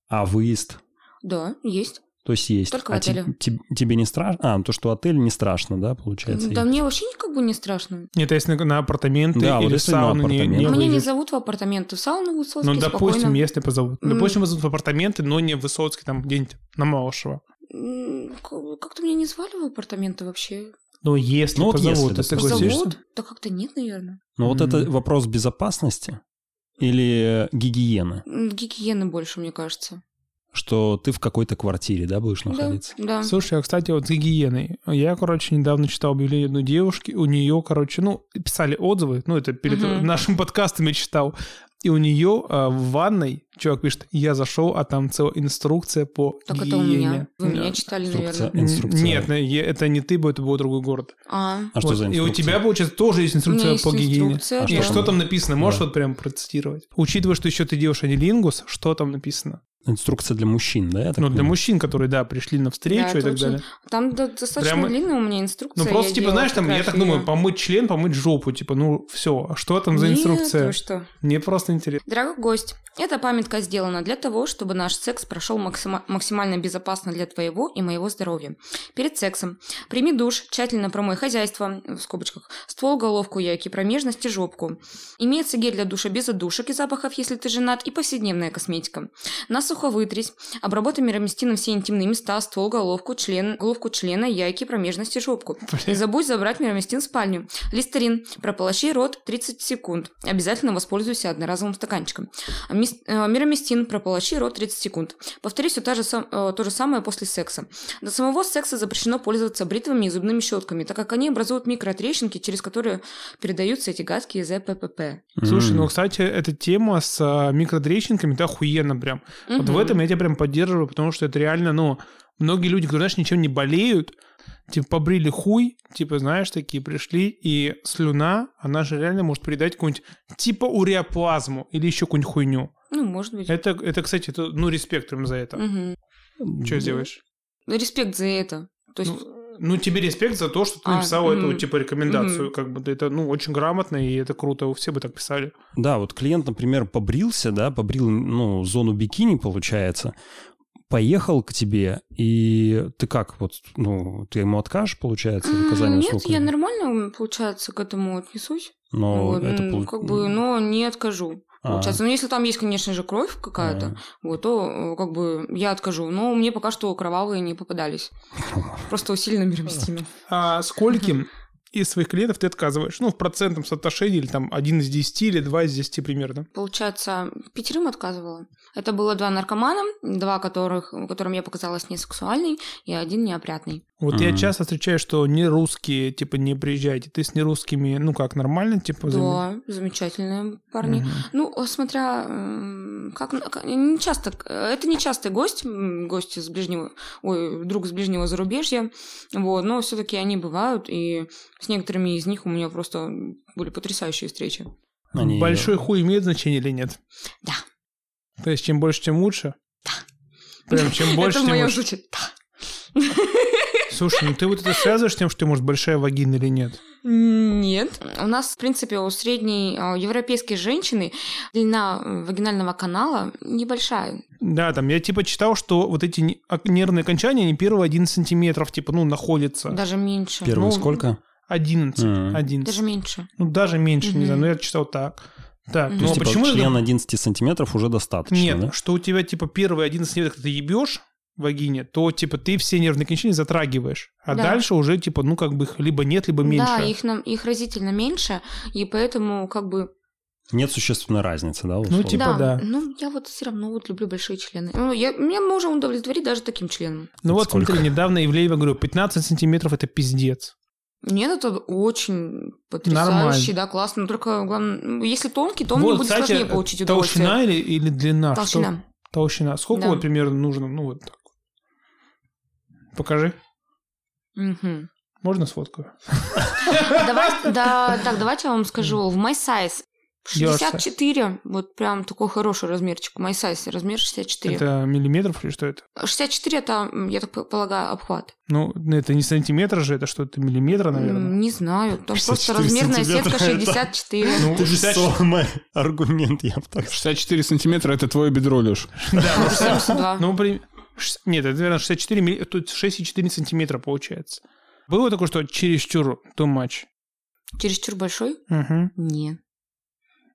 Speaker 3: А выезд?
Speaker 4: да, есть.
Speaker 3: То есть есть.
Speaker 4: Только в
Speaker 3: а те-
Speaker 4: отеле.
Speaker 3: те- тебе не страшно? А, то, что отель не страшно, да, получается?
Speaker 4: Да мне вообще как бы не страшно.
Speaker 2: Нет, а если на- на апартаменты
Speaker 3: Да, вот
Speaker 2: или в
Speaker 3: если на
Speaker 2: сауну не, не
Speaker 3: апартаменты. Я
Speaker 4: Меня Ну, не
Speaker 2: вывезешь?
Speaker 4: зовут в апартаменты, в сауну в Высоцке
Speaker 2: Ну, допустим,
Speaker 4: спокойно.
Speaker 2: если позовут. Ну,
Speaker 4: М.
Speaker 2: Допустим, вызовут в апартаменты, но не в Высоцке, там где-нибудь на Малышево.
Speaker 4: М, к- Как-то меня не звали в апартаменты вообще.
Speaker 2: Но если
Speaker 3: Ну, вот если,
Speaker 2: позовут, ты
Speaker 3: допустим.
Speaker 2: согласишься?
Speaker 4: Зовут? Да как-то нет, наверное.
Speaker 3: Ну вот это
Speaker 2: М.
Speaker 3: вопрос безопасности или гигиены,
Speaker 4: М, Гигиены больше, мне кажется.
Speaker 3: что ты в какой-то квартире, да, будешь находиться?
Speaker 4: Да, да.
Speaker 2: Слушай, а, кстати, вот с гигиеной. Я, короче, недавно читал объявление одной девушки. У нее, короче, ну, писали отзывы. Ну, это перед
Speaker 4: Мгм.
Speaker 2: нашим подкастом я читал. И у нее а, в ванной чувак пишет, я зашел, а там целая инструкция по
Speaker 4: Так это у меня.
Speaker 2: гигиене.
Speaker 4: Вы меня читали,
Speaker 3: Инструкция.
Speaker 4: наверное.
Speaker 2: Н-
Speaker 3: Инструкция.
Speaker 2: Нет, э, я- это не ты, бо это был другой город.
Speaker 4: А,
Speaker 3: А что
Speaker 2: Вот.
Speaker 3: за
Speaker 2: И у
Speaker 3: инструкция?
Speaker 2: тебя, получается, тоже есть инструкция
Speaker 4: У меня Ну, есть
Speaker 2: по гигиене.
Speaker 4: инструкция,
Speaker 3: А
Speaker 2: И
Speaker 3: да.
Speaker 2: что там написано? Можешь
Speaker 3: Да.
Speaker 2: вот прям процитировать? Учитывая, что еще ты делаешь анилингус, что там написано?
Speaker 3: Инструкция для мужчин, да? я так
Speaker 2: ну, для
Speaker 3: понимаю?
Speaker 2: мужчин, которые, да, пришли навстречу
Speaker 4: Да,
Speaker 2: и
Speaker 4: это
Speaker 2: так
Speaker 4: очень
Speaker 2: далее.
Speaker 4: Там до- достаточно
Speaker 2: Прямо-
Speaker 4: длинная у меня инструкция.
Speaker 2: Ну, просто,
Speaker 4: я
Speaker 2: типа,
Speaker 4: делала
Speaker 2: знаешь, там, я так
Speaker 4: фотографии.
Speaker 2: думаю, помыть член, помыть жопу, типа, ну, все. А что там за
Speaker 4: Нет,
Speaker 2: инструкция?
Speaker 4: вы что?
Speaker 2: Мне просто интересно.
Speaker 4: Дорогой гость, эта памятка сделана для того, чтобы наш секс прошел максима- максимально безопасно для твоего и моего здоровья. Перед сексом прими душ, тщательно промой хозяйство, в скобочках, ствол, головку, яйки, промежность и жопку. Имеется гель для душа без отдушек и запахов, если ты женат, и повседневная косметика. Насухо вытрись, обработай мироместином все интимные места, ствол, головку, член, головку члена, яйки, промежность и жопку. Не забудь забрать мироместин в спальню. Листерин. Прополощи рот 30 секунд. Обязательно воспользуйся одноразовым стаканчиком. Мис- э, Мироместин. Прополощи рот 30 секунд. Повтори все та же сам- э, то же самое после секса. До самого секса запрещено пользоваться бритвами и зубными щетками, так как они образуют микротрещинки, через которые передаются эти гадкие ЗППП.
Speaker 3: М.
Speaker 2: Слушай, ну, кстати, эта тема с а, микротрещинками, это охуенно прям. Вот в
Speaker 4: Мгм.
Speaker 2: этом я тебя прям поддерживаю, потому что это реально, ну, многие люди, которые, знаешь, ничем не болеют, типа побрили хуй, типа, знаешь, такие пришли, и слюна, она же реально может передать какую-нибудь, типа, уреоплазму или еще какую-нибудь хуйню.
Speaker 4: Ну, может быть.
Speaker 2: Это, это кстати, это, ну, респект им за это.
Speaker 4: Мгм.
Speaker 2: Что сделаешь?
Speaker 4: Ну, Респект за это. То есть,
Speaker 2: Ну, ну, тебе респект за то, что ты
Speaker 4: А,
Speaker 2: написал эту,
Speaker 4: мгм.
Speaker 2: типа, рекомендацию.
Speaker 4: Мгм.
Speaker 2: Как бы это, ну, очень грамотно, и это круто. Все бы так писали.
Speaker 3: Да, вот клиент, например, побрился, да, побрил, ну, зону бикини, получается, поехал к тебе, и ты как, вот, ну, ты ему откажешь,
Speaker 2: Ну,
Speaker 3: получается, в оказании
Speaker 4: м,
Speaker 3: услуг?
Speaker 4: нет, я нормально, получается, к этому отнесусь.
Speaker 2: Ну,
Speaker 3: Но
Speaker 4: Вот,
Speaker 3: это
Speaker 4: м,
Speaker 3: полу-
Speaker 4: как бы, но не откажу.
Speaker 3: А.
Speaker 4: Получается, ну если там есть, конечно же, кровь какая-то, вот, то э, как бы я откажу. Но мне пока что кровавые не попадались. Просто усиленно мироместином.
Speaker 2: А скольким из своих клиентов ты отказываешь? Ну, в процентном соотношении, или там один из 10, или два из 10 примерно.
Speaker 4: Получается, пятерым отказывала. Это было два наркомана, два которых, которым я показалась несексуальной, и один неопрятный.
Speaker 2: Вот я
Speaker 3: Мгм.
Speaker 2: часто встречаю, что не русские, типа, не приезжайте. Ты с нерусскими, ну как, нормально, типа, взаим-
Speaker 4: Да, замечательные парни.
Speaker 2: Мгм.
Speaker 4: Ну, э, смотря, м, как, как- не часто, э, это не частый гость, м, гости с ближнего, ой, друг с ближнего зарубежья, вот, но все-таки они бывают, и с некоторыми из них у меня просто были потрясающие встречи.
Speaker 3: Они-
Speaker 2: Большой хуй имеет значение или нет?
Speaker 4: Да.
Speaker 2: То есть, чем больше, тем лучше? Да. Прям чем больше,
Speaker 4: это в
Speaker 2: тем
Speaker 4: моем
Speaker 2: лучше.
Speaker 4: случае. Да.
Speaker 2: Слушай, ну ты вот это связываешь с тем, что ты, может, большая вагина или нет?
Speaker 4: Нет. У нас, в принципе, у средней э, европейской женщины длина э, вагинального канала небольшая.
Speaker 2: Да, там, я типа читал, что вот эти не- ок- нервные окончания, они первые 11 сантиметров, типа, ну, находятся.
Speaker 4: Даже меньше.
Speaker 3: Первый
Speaker 2: Ну, а,
Speaker 3: сколько?
Speaker 2: 11.
Speaker 3: Мгм.
Speaker 2: 11.
Speaker 4: Даже меньше.
Speaker 2: Ну, даже меньше, не
Speaker 4: Мгм.
Speaker 2: знаю, но я читал так. Так,
Speaker 4: Мгм.
Speaker 3: То
Speaker 2: ну,
Speaker 3: есть,
Speaker 2: а
Speaker 3: типа,
Speaker 2: почему это-
Speaker 3: член 11 сантиметров уже достаточно,
Speaker 2: Нет,
Speaker 3: да?
Speaker 2: что у тебя, типа, первые 11 сантиметров, когда ты ебешь вагине, то, типа, ты все нервные окончания затрагиваешь. А
Speaker 4: Да.
Speaker 2: дальше уже, типа, ну, как бы их либо нет, либо меньше.
Speaker 4: Да, их, нам, их разительно меньше, и поэтому как бы...
Speaker 3: Нет существенной разницы, да, условно?
Speaker 2: типа- да.
Speaker 4: Ну, я вот все равно вот люблю большие члены. Ну, я, меня можно удовлетворить даже таким членом.
Speaker 2: Ну
Speaker 3: Это
Speaker 2: вот
Speaker 3: сколько?
Speaker 2: смотри, недавно Ивлеева говорю, 15 сантиметров это пиздец.
Speaker 4: Нет, это очень потрясающе, да, классно. Но только, главное, ну, если тонкий, то мне будет сложнее получить удовольствие.
Speaker 2: толщина или, или длина? Что?
Speaker 4: Толщина.
Speaker 2: Толщина. Сколько
Speaker 4: Да.
Speaker 2: вот примерно нужно? Ну вот так. Покажи.
Speaker 4: Мгм.
Speaker 2: Можно сфоткаю?
Speaker 4: Давай- да, так, давайте я вам скажу. В My Size
Speaker 2: Your size.
Speaker 4: 64, вот прям такой хороший размерчик. My Size размер 64.
Speaker 2: Это миллиметров или что это?
Speaker 4: 64 это, м, я так п- полагаю, обхват.
Speaker 2: Ну, это не сантиметр же, это что-то миллиметра, наверное.
Speaker 4: М, Не знаю, там просто
Speaker 3: 64
Speaker 4: размерная
Speaker 3: сантиметра
Speaker 4: сетка
Speaker 3: это-
Speaker 4: 64.
Speaker 2: Ну,
Speaker 3: Ты
Speaker 2: 60
Speaker 3: весомый аргумент, я бы так сказал.
Speaker 1: 64 сантиметра это твое бедро, Леш.
Speaker 2: Да, ну,
Speaker 4: 72.
Speaker 2: Ну, при- ш- Нет, это, наверное, 64, милли- тут 6,4 сантиметра получается. Было такое, что чересчур too much?
Speaker 4: Чересчур большой?
Speaker 2: Мгм.
Speaker 4: Нет.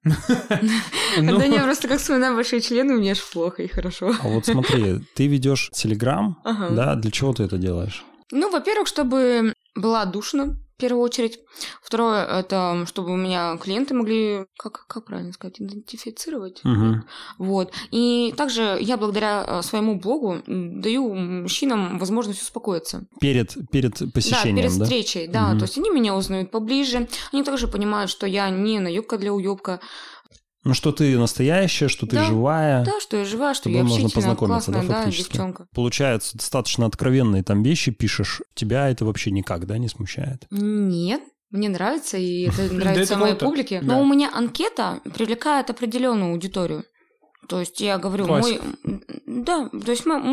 Speaker 2: Ну,
Speaker 4: Да не, просто как вспоминаю большие члены, мне аж плохо и хорошо.
Speaker 3: А вот смотри, ты ведешь Телеграм,
Speaker 4: Ага.
Speaker 3: да? Для чего ты это делаешь?
Speaker 4: Ну, во-первых, чтобы была душно, в первую очередь. Второе, это чтобы у меня клиенты могли, как, как правильно сказать, идентифицировать.
Speaker 3: Мгм.
Speaker 4: Вот. И также я благодаря э, своему блогу м, даю мужчинам возможность успокоиться.
Speaker 3: Перед, перед
Speaker 4: да, перед
Speaker 3: посещением, да?
Speaker 4: встречей, да.
Speaker 3: Мгм.
Speaker 4: То есть они меня узнают поближе. Они также понимают, что я не наебка для уебка.
Speaker 3: Ну, что ты настоящая, что ты
Speaker 4: Да.
Speaker 3: живая.
Speaker 4: Да, что я жива, что
Speaker 3: Чтобы
Speaker 4: я
Speaker 3: можно
Speaker 4: общительная,
Speaker 3: познакомиться, да,
Speaker 4: классная, да,
Speaker 3: фактически?
Speaker 4: девчонка.
Speaker 3: Получается, достаточно откровенные там вещи пишешь. Тебя это вообще никак, да, не смущает?
Speaker 4: Нет, мне нравится, и это
Speaker 2: это
Speaker 4: нравится моей
Speaker 2: круто.
Speaker 4: публике.
Speaker 2: Да.
Speaker 4: Но у меня анкета привлекает определенную аудиторию. То есть я говорю, мой,
Speaker 2: Классика.
Speaker 4: да, то есть мой, м-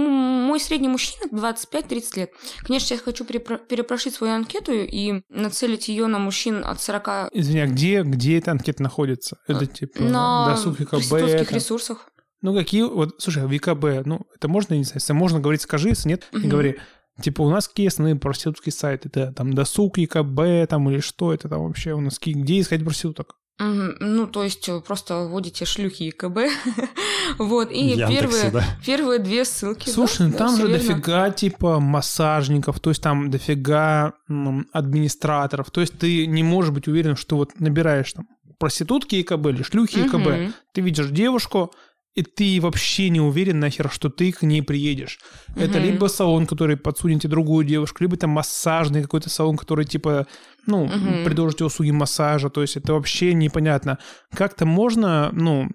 Speaker 4: мой средний мужчина 25-30 лет. Конечно, я хочу перепро- перепрошить свою анкету и нацелить ее на мужчин от 40
Speaker 2: Извини, а где, где эта анкета находится? Это типа
Speaker 4: А, на
Speaker 2: досуг ВКБ.
Speaker 4: проститутских
Speaker 2: это-
Speaker 4: ресурсах.
Speaker 2: Ну, какие... Вот, слушай, а ВКБ, ну, это можно, я не знаю, если можно говорить, скажи, если нет, не
Speaker 4: Мгм.
Speaker 2: говори. Типа, у нас какие основные проститутские сайты? Это там досуг, ЕКБ, там, или что это там вообще у нас? Какие- Где искать проституток?
Speaker 4: Мгм. Ну, то есть э, просто вводите шлюхи и КБ. Вот, и
Speaker 3: Яндексе,
Speaker 4: первые,
Speaker 3: да?
Speaker 4: первые две ссылки. да,
Speaker 2: Слушай, ну
Speaker 4: да,
Speaker 2: там
Speaker 4: всё
Speaker 2: же
Speaker 4: верно.
Speaker 2: дофига типа массажников, то есть там дофига м, администраторов. То есть ты не можешь быть уверен, что вот набираешь там проститутки ЕКБ или шлюхи ЕКБ.
Speaker 4: Мгм.
Speaker 2: Ты видишь девушку, и ты вообще не уверен нахер, что ты к ней приедешь. Это
Speaker 4: Мгм.
Speaker 2: либо салон, который подсунет тебе другую девушку, либо там массажный какой-то салон, который типа, ну,
Speaker 4: Мгм.
Speaker 2: предложит тебе услуги массажа. То есть это вообще непонятно. Как-то можно, ну,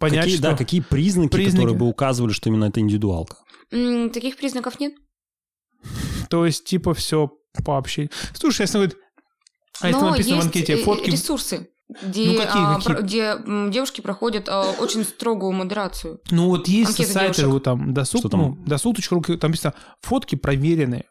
Speaker 2: понять,
Speaker 3: какие,
Speaker 2: что...
Speaker 3: Да, какие признаки,
Speaker 2: Признаки.
Speaker 3: которые бы указывали, что именно это индивидуалка?
Speaker 4: М, Таких признаков нет.
Speaker 2: То есть, типа, все вообще. Слушай, если говорит, а если
Speaker 4: Но
Speaker 2: написано в
Speaker 4: есть,
Speaker 2: анкете
Speaker 4: э,
Speaker 2: фотки... Ну,
Speaker 4: Ресурсы, где,
Speaker 2: какие,
Speaker 4: а,
Speaker 2: какие?
Speaker 4: про- где, м, девушки проходят а, очень строгую модерацию.
Speaker 2: Ну вот есть
Speaker 4: анкеты
Speaker 2: сайты,
Speaker 4: девушек.
Speaker 2: вот там, досуг,
Speaker 3: Что там?
Speaker 2: ну, досуг.ру, там написано, фотки проверенные.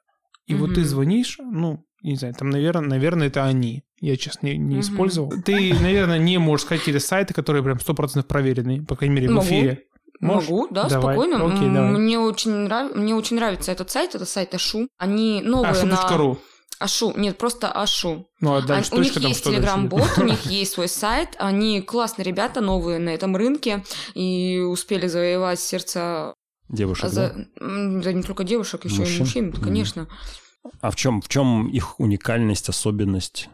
Speaker 2: И вот ты
Speaker 4: Мгм.
Speaker 2: звонишь, ну, не знаю, там, наверное, наверное, это они. Я, честно, не, не
Speaker 4: Мгм.
Speaker 2: использовал. Ты, наверное, не можешь сказать какие-то сайты, которые прям 100% проверенные, по крайней мере, в
Speaker 4: Могу.
Speaker 2: эфире. Можешь?
Speaker 4: Могу, да,
Speaker 2: Давай.
Speaker 4: спокойно.
Speaker 2: Окей,
Speaker 4: М,
Speaker 2: давай.
Speaker 4: Мне, очень нрав- Мне очень нравится этот сайт, это сайт Ашу. Они новые
Speaker 2: А,
Speaker 4: на...
Speaker 2: шуточка.ру.
Speaker 4: Ашу, нет, просто Ашу.
Speaker 2: Ну, а
Speaker 4: А
Speaker 2: дальше
Speaker 4: У них
Speaker 2: точка там
Speaker 4: есть
Speaker 2: что дальше?
Speaker 4: телеграм-бот, у них есть свой сайт. Они классные ребята, новые на этом рынке. И успели завоевать сердце...
Speaker 3: Девушек, да?
Speaker 4: А за- м, да не только девушек, еще
Speaker 3: Мужчин?
Speaker 4: и мужчин,
Speaker 3: Мгм.
Speaker 4: конечно.
Speaker 3: А в чем, в чем их уникальность, особенность?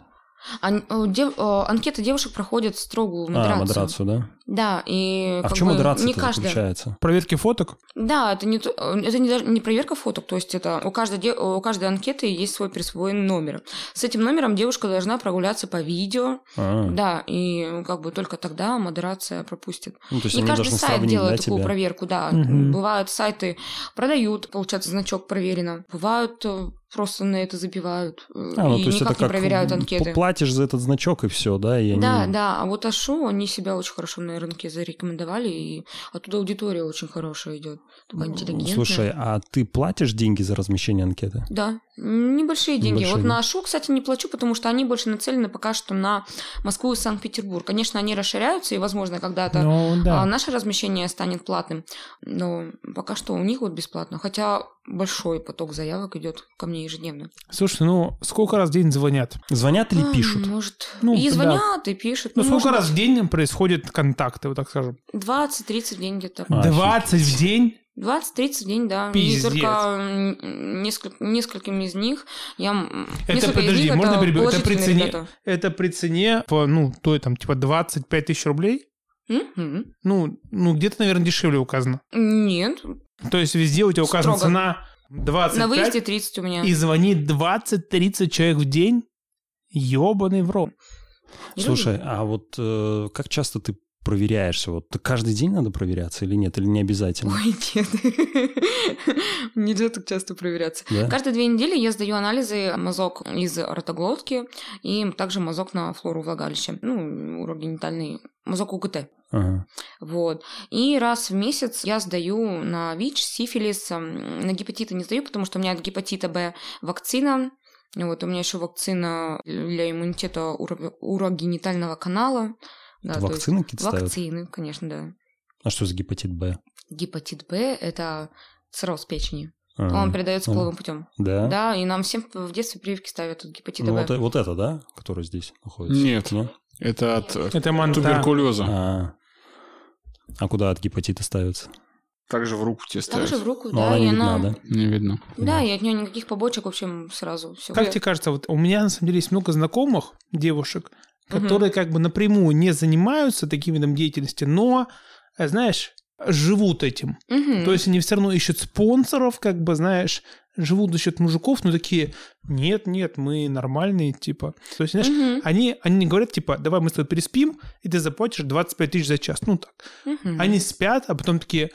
Speaker 4: Ан- э, дев- э, анкеты девушек проходят строгую модерацию.
Speaker 3: А, модерацию, да?
Speaker 4: Да, и...
Speaker 3: А в
Speaker 4: как
Speaker 3: чем
Speaker 4: бы
Speaker 3: модерация
Speaker 4: не каждая...
Speaker 3: заключается?
Speaker 2: Проверки фоток?
Speaker 4: Да, это не, то- э, это не, даже не проверка фоток, то есть это у каждой, де- у каждой анкеты есть свой присвоенный номер. С этим номером девушка должна прогуляться по видео,
Speaker 3: А,
Speaker 4: да, и ну, как бы только тогда модерация пропустит.
Speaker 3: ну, то есть
Speaker 4: не
Speaker 3: они
Speaker 4: каждый
Speaker 3: должны
Speaker 4: сайт
Speaker 3: сравнить, да,
Speaker 4: делает такую
Speaker 3: тебя?
Speaker 4: проверку, да.
Speaker 2: Мгм.
Speaker 4: Бывают сайты продают, получается, значок проверено. Бывают э, просто на это забивают э,
Speaker 3: А, ну,
Speaker 4: и
Speaker 3: то есть
Speaker 4: никак
Speaker 3: это
Speaker 4: не
Speaker 3: как
Speaker 4: проверяют
Speaker 3: м,
Speaker 4: анкеты.
Speaker 3: Платишь за этот значок и все, да? И они-
Speaker 4: Да, да, а вот Ашу, они себя очень хорошо на рынке зарекомендовали, и оттуда аудитория очень хорошая идет,
Speaker 2: Ну,
Speaker 4: такая интеллигентная.
Speaker 3: Слушай, а ты платишь деньги за размещение анкеты?
Speaker 4: Да, небольшие деньги.
Speaker 3: Небольшие,
Speaker 4: вот
Speaker 3: да.
Speaker 4: на Ашу, кстати, не плачу, потому что они больше нацелены пока что на Москву и Санкт-Петербург. Конечно, они расширяются, и, возможно, когда-то
Speaker 2: Ну, да.
Speaker 4: а, наше размещение станет платным. Но пока что у них вот бесплатно. Хотя большой поток заявок идет ко мне ежедневно.
Speaker 2: Слушай, ну сколько раз в день звонят?
Speaker 3: Звонят или
Speaker 4: А,
Speaker 3: пишут?
Speaker 4: Может,
Speaker 2: Ну,
Speaker 4: и
Speaker 2: да.
Speaker 4: звонят, и пишут.
Speaker 2: Ну, сколько
Speaker 4: может,
Speaker 2: раз в день происходят контакты, вот так скажем?
Speaker 4: 20-30 день где-то.
Speaker 3: А,
Speaker 2: 20 в день?
Speaker 4: 20-30 день, да.
Speaker 2: Пиздец.
Speaker 4: И только м, несколь- нескольким из них я... м,
Speaker 2: Это,
Speaker 4: несколько из
Speaker 2: подожди,
Speaker 4: них
Speaker 2: можно
Speaker 4: это
Speaker 2: перебью? Это при
Speaker 4: положительные
Speaker 2: цене?
Speaker 4: результаты.
Speaker 2: Это при цене, по, ну, то там, типа 25 тысяч рублей?
Speaker 4: Мгм.
Speaker 2: Ну, ну где-то, наверное, дешевле указано.
Speaker 4: Нет,
Speaker 2: То есть везде у тебя указана
Speaker 4: Строго.
Speaker 2: цена 25,
Speaker 4: на выезде 30 у меня.
Speaker 2: и звонит 20-30 человек в день? Ёбаный в рот.
Speaker 4: И
Speaker 3: Слушай, а вот э, как часто ты проверяешься? Вот ты каждый день надо проверяться или нет? Или не
Speaker 4: люди-
Speaker 3: обязательно?
Speaker 4: Ой, нет. Нельзя так часто проверяться.
Speaker 3: Да?
Speaker 4: Каждые две недели я сдаю анализы мазок из ротоглотки и также мазок на флору влагалища. Ну, урогенитальный мазок УГТ.
Speaker 3: Ага.
Speaker 4: Вот. И раз в месяц я сдаю на ВИЧ, сифилис, м, на гепатиты не сдаю, потому что у меня от гепатита Б вакцина. Вот, у меня еще вакцина для иммунитета уро- урогенитального канала. Да,
Speaker 3: Это
Speaker 4: то есть
Speaker 3: вакцины какие-то ставят?
Speaker 4: Вакцины, конечно, да.
Speaker 3: А что за гепатит Б?
Speaker 4: Гепатит Б – это цирроз печени.
Speaker 3: Ага.
Speaker 4: Он передается
Speaker 3: Ага.
Speaker 4: половым путем.
Speaker 3: А, ну, Да?
Speaker 4: Да, и нам всем в детстве прививки ставят от гепатита
Speaker 3: Ну,
Speaker 4: Б.
Speaker 3: вот, э- вот это, да? Которое здесь находится?
Speaker 1: Нет.
Speaker 3: Нет?
Speaker 1: Это от э,
Speaker 2: Это манта.
Speaker 1: туберкулеза.
Speaker 3: А. А куда от гепатита ставится?
Speaker 1: Также в руку тебе
Speaker 4: Также
Speaker 1: ставят.
Speaker 4: в руку,
Speaker 3: Ну,
Speaker 4: да,
Speaker 3: она не
Speaker 4: и
Speaker 3: видна,
Speaker 4: она...
Speaker 3: да?
Speaker 1: Не видно.
Speaker 4: Да, и от нее никаких побочек, в общем, сразу все.
Speaker 2: Как тебе кажется, вот у меня на самом деле есть много знакомых девушек, которые как бы напрямую не занимаются таким видом деятельности, но, э, знаешь, живут этим. То есть они все равно ищут спонсоров, как бы, знаешь, живут за счет мужиков, но такие, нет, нет, мы нормальные, типа. То есть, знаешь, они, они не говорят, типа, давай мы с тобой переспим, и ты заплатишь 25 тысяч за час. Ну так. Они спят, а потом такие,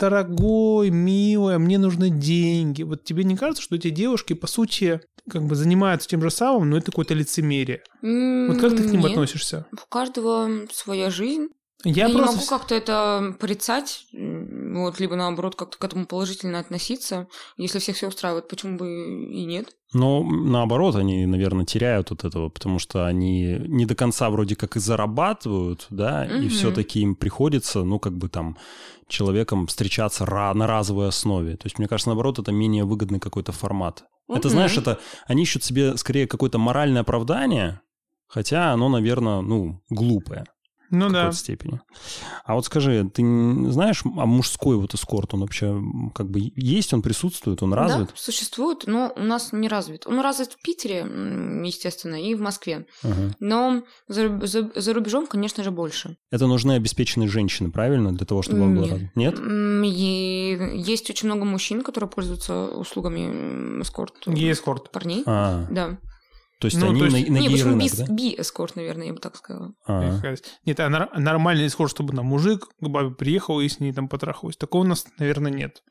Speaker 2: дорогой, милая, мне нужны деньги. Вот тебе не кажется, что эти девушки, по сути, как бы занимаются тем же самым, но это какое-то лицемерие? Вот как ты к ним относишься?
Speaker 4: У каждого своя жизнь.
Speaker 2: Я,
Speaker 4: Я, не
Speaker 2: просто...
Speaker 4: могу как-то это порицать, м, вот, либо наоборот как-то к этому положительно относиться. Если всех все устраивает, почему бы и нет?
Speaker 3: Но наоборот, они, наверное, теряют от этого, потому что они не до конца вроде как и зарабатывают, да, и
Speaker 4: Мгм.
Speaker 3: все-таки им приходится, ну, как бы там, человеком встречаться ра- на разовой основе. То есть, мне кажется, наоборот, это менее выгодный какой-то формат. Это,
Speaker 4: Мгм.
Speaker 3: знаешь, это они ищут себе скорее какое-то моральное оправдание, хотя оно, наверное, ну, глупое
Speaker 2: Ну
Speaker 3: в
Speaker 2: да.
Speaker 3: какой-то степени. А вот скажи, ты н- знаешь, а мужской вот эскорт, он вообще м, как бы есть, он присутствует, он развит?
Speaker 4: Да, существует, но у нас не развит. Он развит в Питере, м, естественно, и в Москве.
Speaker 3: Ага.
Speaker 4: Но за, руб- за- за рубежом, конечно же, больше.
Speaker 3: Это нужны обеспеченные женщины, правильно, для того, чтобы он был
Speaker 4: Нет.
Speaker 3: развит? Нет?
Speaker 4: М, И есть очень много мужчин, которые пользуются услугами м, эскорт
Speaker 2: Гей-эскорт.
Speaker 4: парней.
Speaker 3: А,
Speaker 4: Да.
Speaker 3: то есть
Speaker 2: Ну,
Speaker 3: они
Speaker 2: то есть-
Speaker 3: на, на
Speaker 4: не, почему
Speaker 3: гей-рынок,
Speaker 4: бис-
Speaker 3: да?
Speaker 4: би-эскорт, наверное, я бы так сказала.
Speaker 3: А,
Speaker 2: Нет, а нор- нормальный исход, чтобы там мужик к бабе приехал и с ней там потрахалась. Такого у нас, наверное, нет.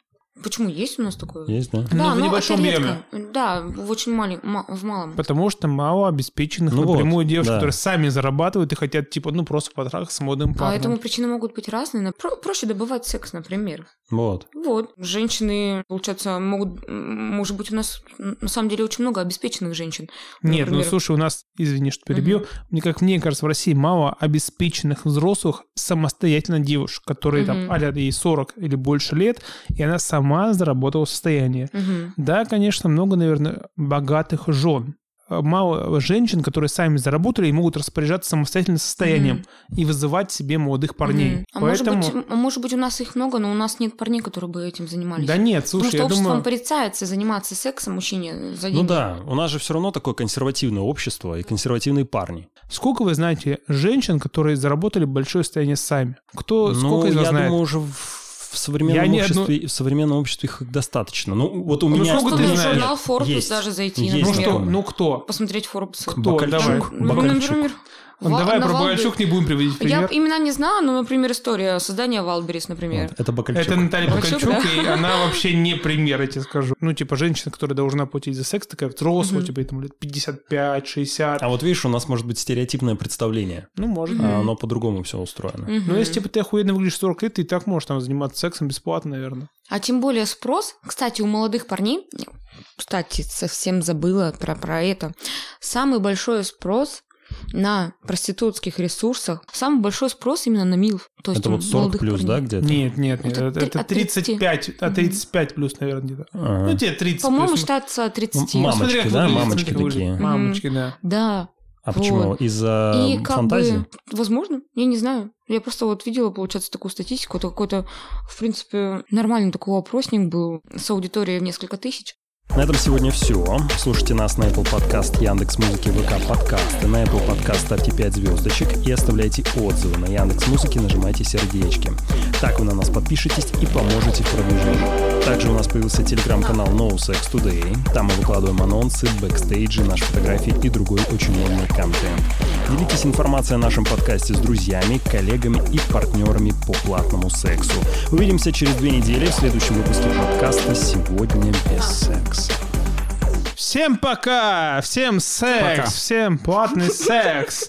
Speaker 4: Почему есть у нас
Speaker 2: э,
Speaker 4: такое?
Speaker 3: Есть, да?
Speaker 2: Но
Speaker 4: Да,
Speaker 2: Ну, в
Speaker 4: но
Speaker 2: небольшом
Speaker 4: это редко. Да, в очень маленьком, в малом. А
Speaker 2: Потому что мало обеспеченных
Speaker 3: Ну вот,
Speaker 2: напрямую девушек,
Speaker 3: да.
Speaker 2: которые сами зарабатывают и хотят, типа, ну, просто потрахаться с модным парнем.
Speaker 4: А этому причины могут быть разные. На- про- проще добывать секс, например.
Speaker 3: Вот.
Speaker 4: Вот. Женщины, получается, могут... м, Может быть, у нас м, на самом деле очень много обеспеченных женщин.
Speaker 2: Нет, ну
Speaker 4: например.
Speaker 2: слушай, у нас, извини, что перебью, мне как мне кажется, в России мало обеспеченных взрослых самостоятельно девушек, которые там,
Speaker 4: Мгм.
Speaker 2: а ей 40 или больше лет, и она сама заработала состояние.
Speaker 4: Мгм.
Speaker 2: Да, конечно, много, наверное, богатых жен, Э, мало женщин, которые сами заработали и могут распоряжаться самостоятельным состоянием и вызывать себе молодых парней.
Speaker 4: Мгм. А
Speaker 2: Поэтому...
Speaker 4: может, быть, а может быть, у нас их много, но у нас нет парней, которые бы этим занимались.
Speaker 2: Да нет, слушай,
Speaker 4: Потому что
Speaker 2: я
Speaker 4: обществом
Speaker 2: думаю...
Speaker 4: порицается заниматься сексом мужчине за
Speaker 3: Ну
Speaker 4: деньги.
Speaker 3: да, у нас же все равно такое консервативное общество и консервативные парни.
Speaker 2: Сколько вы знаете женщин, которые заработали большое состояние сами? Кто, сколько
Speaker 3: ну,
Speaker 2: из вас
Speaker 3: я
Speaker 2: знает?
Speaker 3: думаю, уже в, в современном
Speaker 2: Я не одну-
Speaker 3: обществе, в современном обществе их достаточно. Ну, вот у
Speaker 2: Ну,
Speaker 3: меня...
Speaker 2: сколько
Speaker 4: Просто
Speaker 2: ты
Speaker 4: на
Speaker 2: знаешь?
Speaker 4: журнал Forbes
Speaker 3: Есть.
Speaker 4: даже зайти,
Speaker 3: Есть
Speaker 2: ну
Speaker 4: например.
Speaker 2: что,
Speaker 3: знакомые.
Speaker 2: ну кто?
Speaker 4: Посмотреть Forbes.
Speaker 3: Кто?
Speaker 2: Бакальчук.
Speaker 4: Ну,
Speaker 3: Бакальчук.
Speaker 4: например,
Speaker 2: Ну,
Speaker 4: Ва-
Speaker 2: давай
Speaker 4: на
Speaker 2: про
Speaker 4: Валберис.
Speaker 2: Бальчук не будем приводить
Speaker 4: Я
Speaker 2: пример.
Speaker 4: имена не знаю, но, например, история создания Валберис, например.
Speaker 3: Вот, это Бакальчук.
Speaker 2: Это Наталья
Speaker 4: Бакальчук,
Speaker 2: Бакальчук, и она вообще не пример, я тебе скажу. Ну, типа, женщина, которая должна платить за секс, такая взрослая,
Speaker 4: Мгм.
Speaker 2: типа, ей там лет 55, 60.
Speaker 3: А вот видишь, у нас может быть стереотипное представление.
Speaker 2: Ну, может.
Speaker 4: Мгм.
Speaker 3: а оно по-другому все устроено.
Speaker 4: Мгм.
Speaker 2: Ну, если, типа, ты охуенно выглядишь в 40 лет, ты и так можешь там заниматься сексом бесплатно, наверное.
Speaker 4: А тем более спрос, кстати, у молодых парней, кстати, совсем забыла про, про это, самый большой спрос на проститутских ресурсах, самый большой спрос именно на мил. То есть
Speaker 3: Это
Speaker 4: у
Speaker 3: вот 40
Speaker 4: молодых
Speaker 3: плюс, да,
Speaker 4: парней.
Speaker 3: где-то?
Speaker 2: Нет, нет, нет.
Speaker 4: Это
Speaker 2: Это,
Speaker 4: три-
Speaker 2: это
Speaker 4: от
Speaker 2: 35, от
Speaker 4: 30.
Speaker 2: 35 плюс, наверное, где-то.
Speaker 3: А.
Speaker 2: Ну, тебе 30
Speaker 4: По-моему,
Speaker 2: плюс.
Speaker 4: считается от 30.
Speaker 3: Ну, мама.
Speaker 2: Смотри,
Speaker 3: Мамочки,
Speaker 2: как
Speaker 3: да,
Speaker 2: выглядит, смотри,
Speaker 3: мамочки
Speaker 2: как
Speaker 3: такие.
Speaker 2: выглядит. Мамочки, да.
Speaker 4: Да.
Speaker 3: А почему?
Speaker 4: Вот.
Speaker 3: Из-за
Speaker 4: И как
Speaker 3: э, фантазии?
Speaker 4: бы, возможно, я не знаю. Я просто вот видела, получается, такую статистику. Это какой-то, в принципе, нормальный такой опросник был с аудиторией в несколько тысяч.
Speaker 3: На этом сегодня все. Слушайте нас на Apple Podcast, Яндекс Музыки, ВК Подкасты. На Apple Podcast ставьте 5 звездочек и оставляйте отзывы. На Яндекс Музыке нажимайте сердечки. Так вы на нас подпишетесь и поможете в продвижении. Также у нас появился телеграм-канал No Sex Today. Там мы выкладываем анонсы, бэкстейджи, наши фотографии и другой очень умный контент. Делитесь информацией о нашем подкасте с друзьями, коллегами и партнерами по платному сексу. Увидимся через две недели в следующем выпуске подкаста «Сегодня без секса».
Speaker 2: Всем пока! Всем секс!
Speaker 1: Пока.
Speaker 2: Всем платный секс!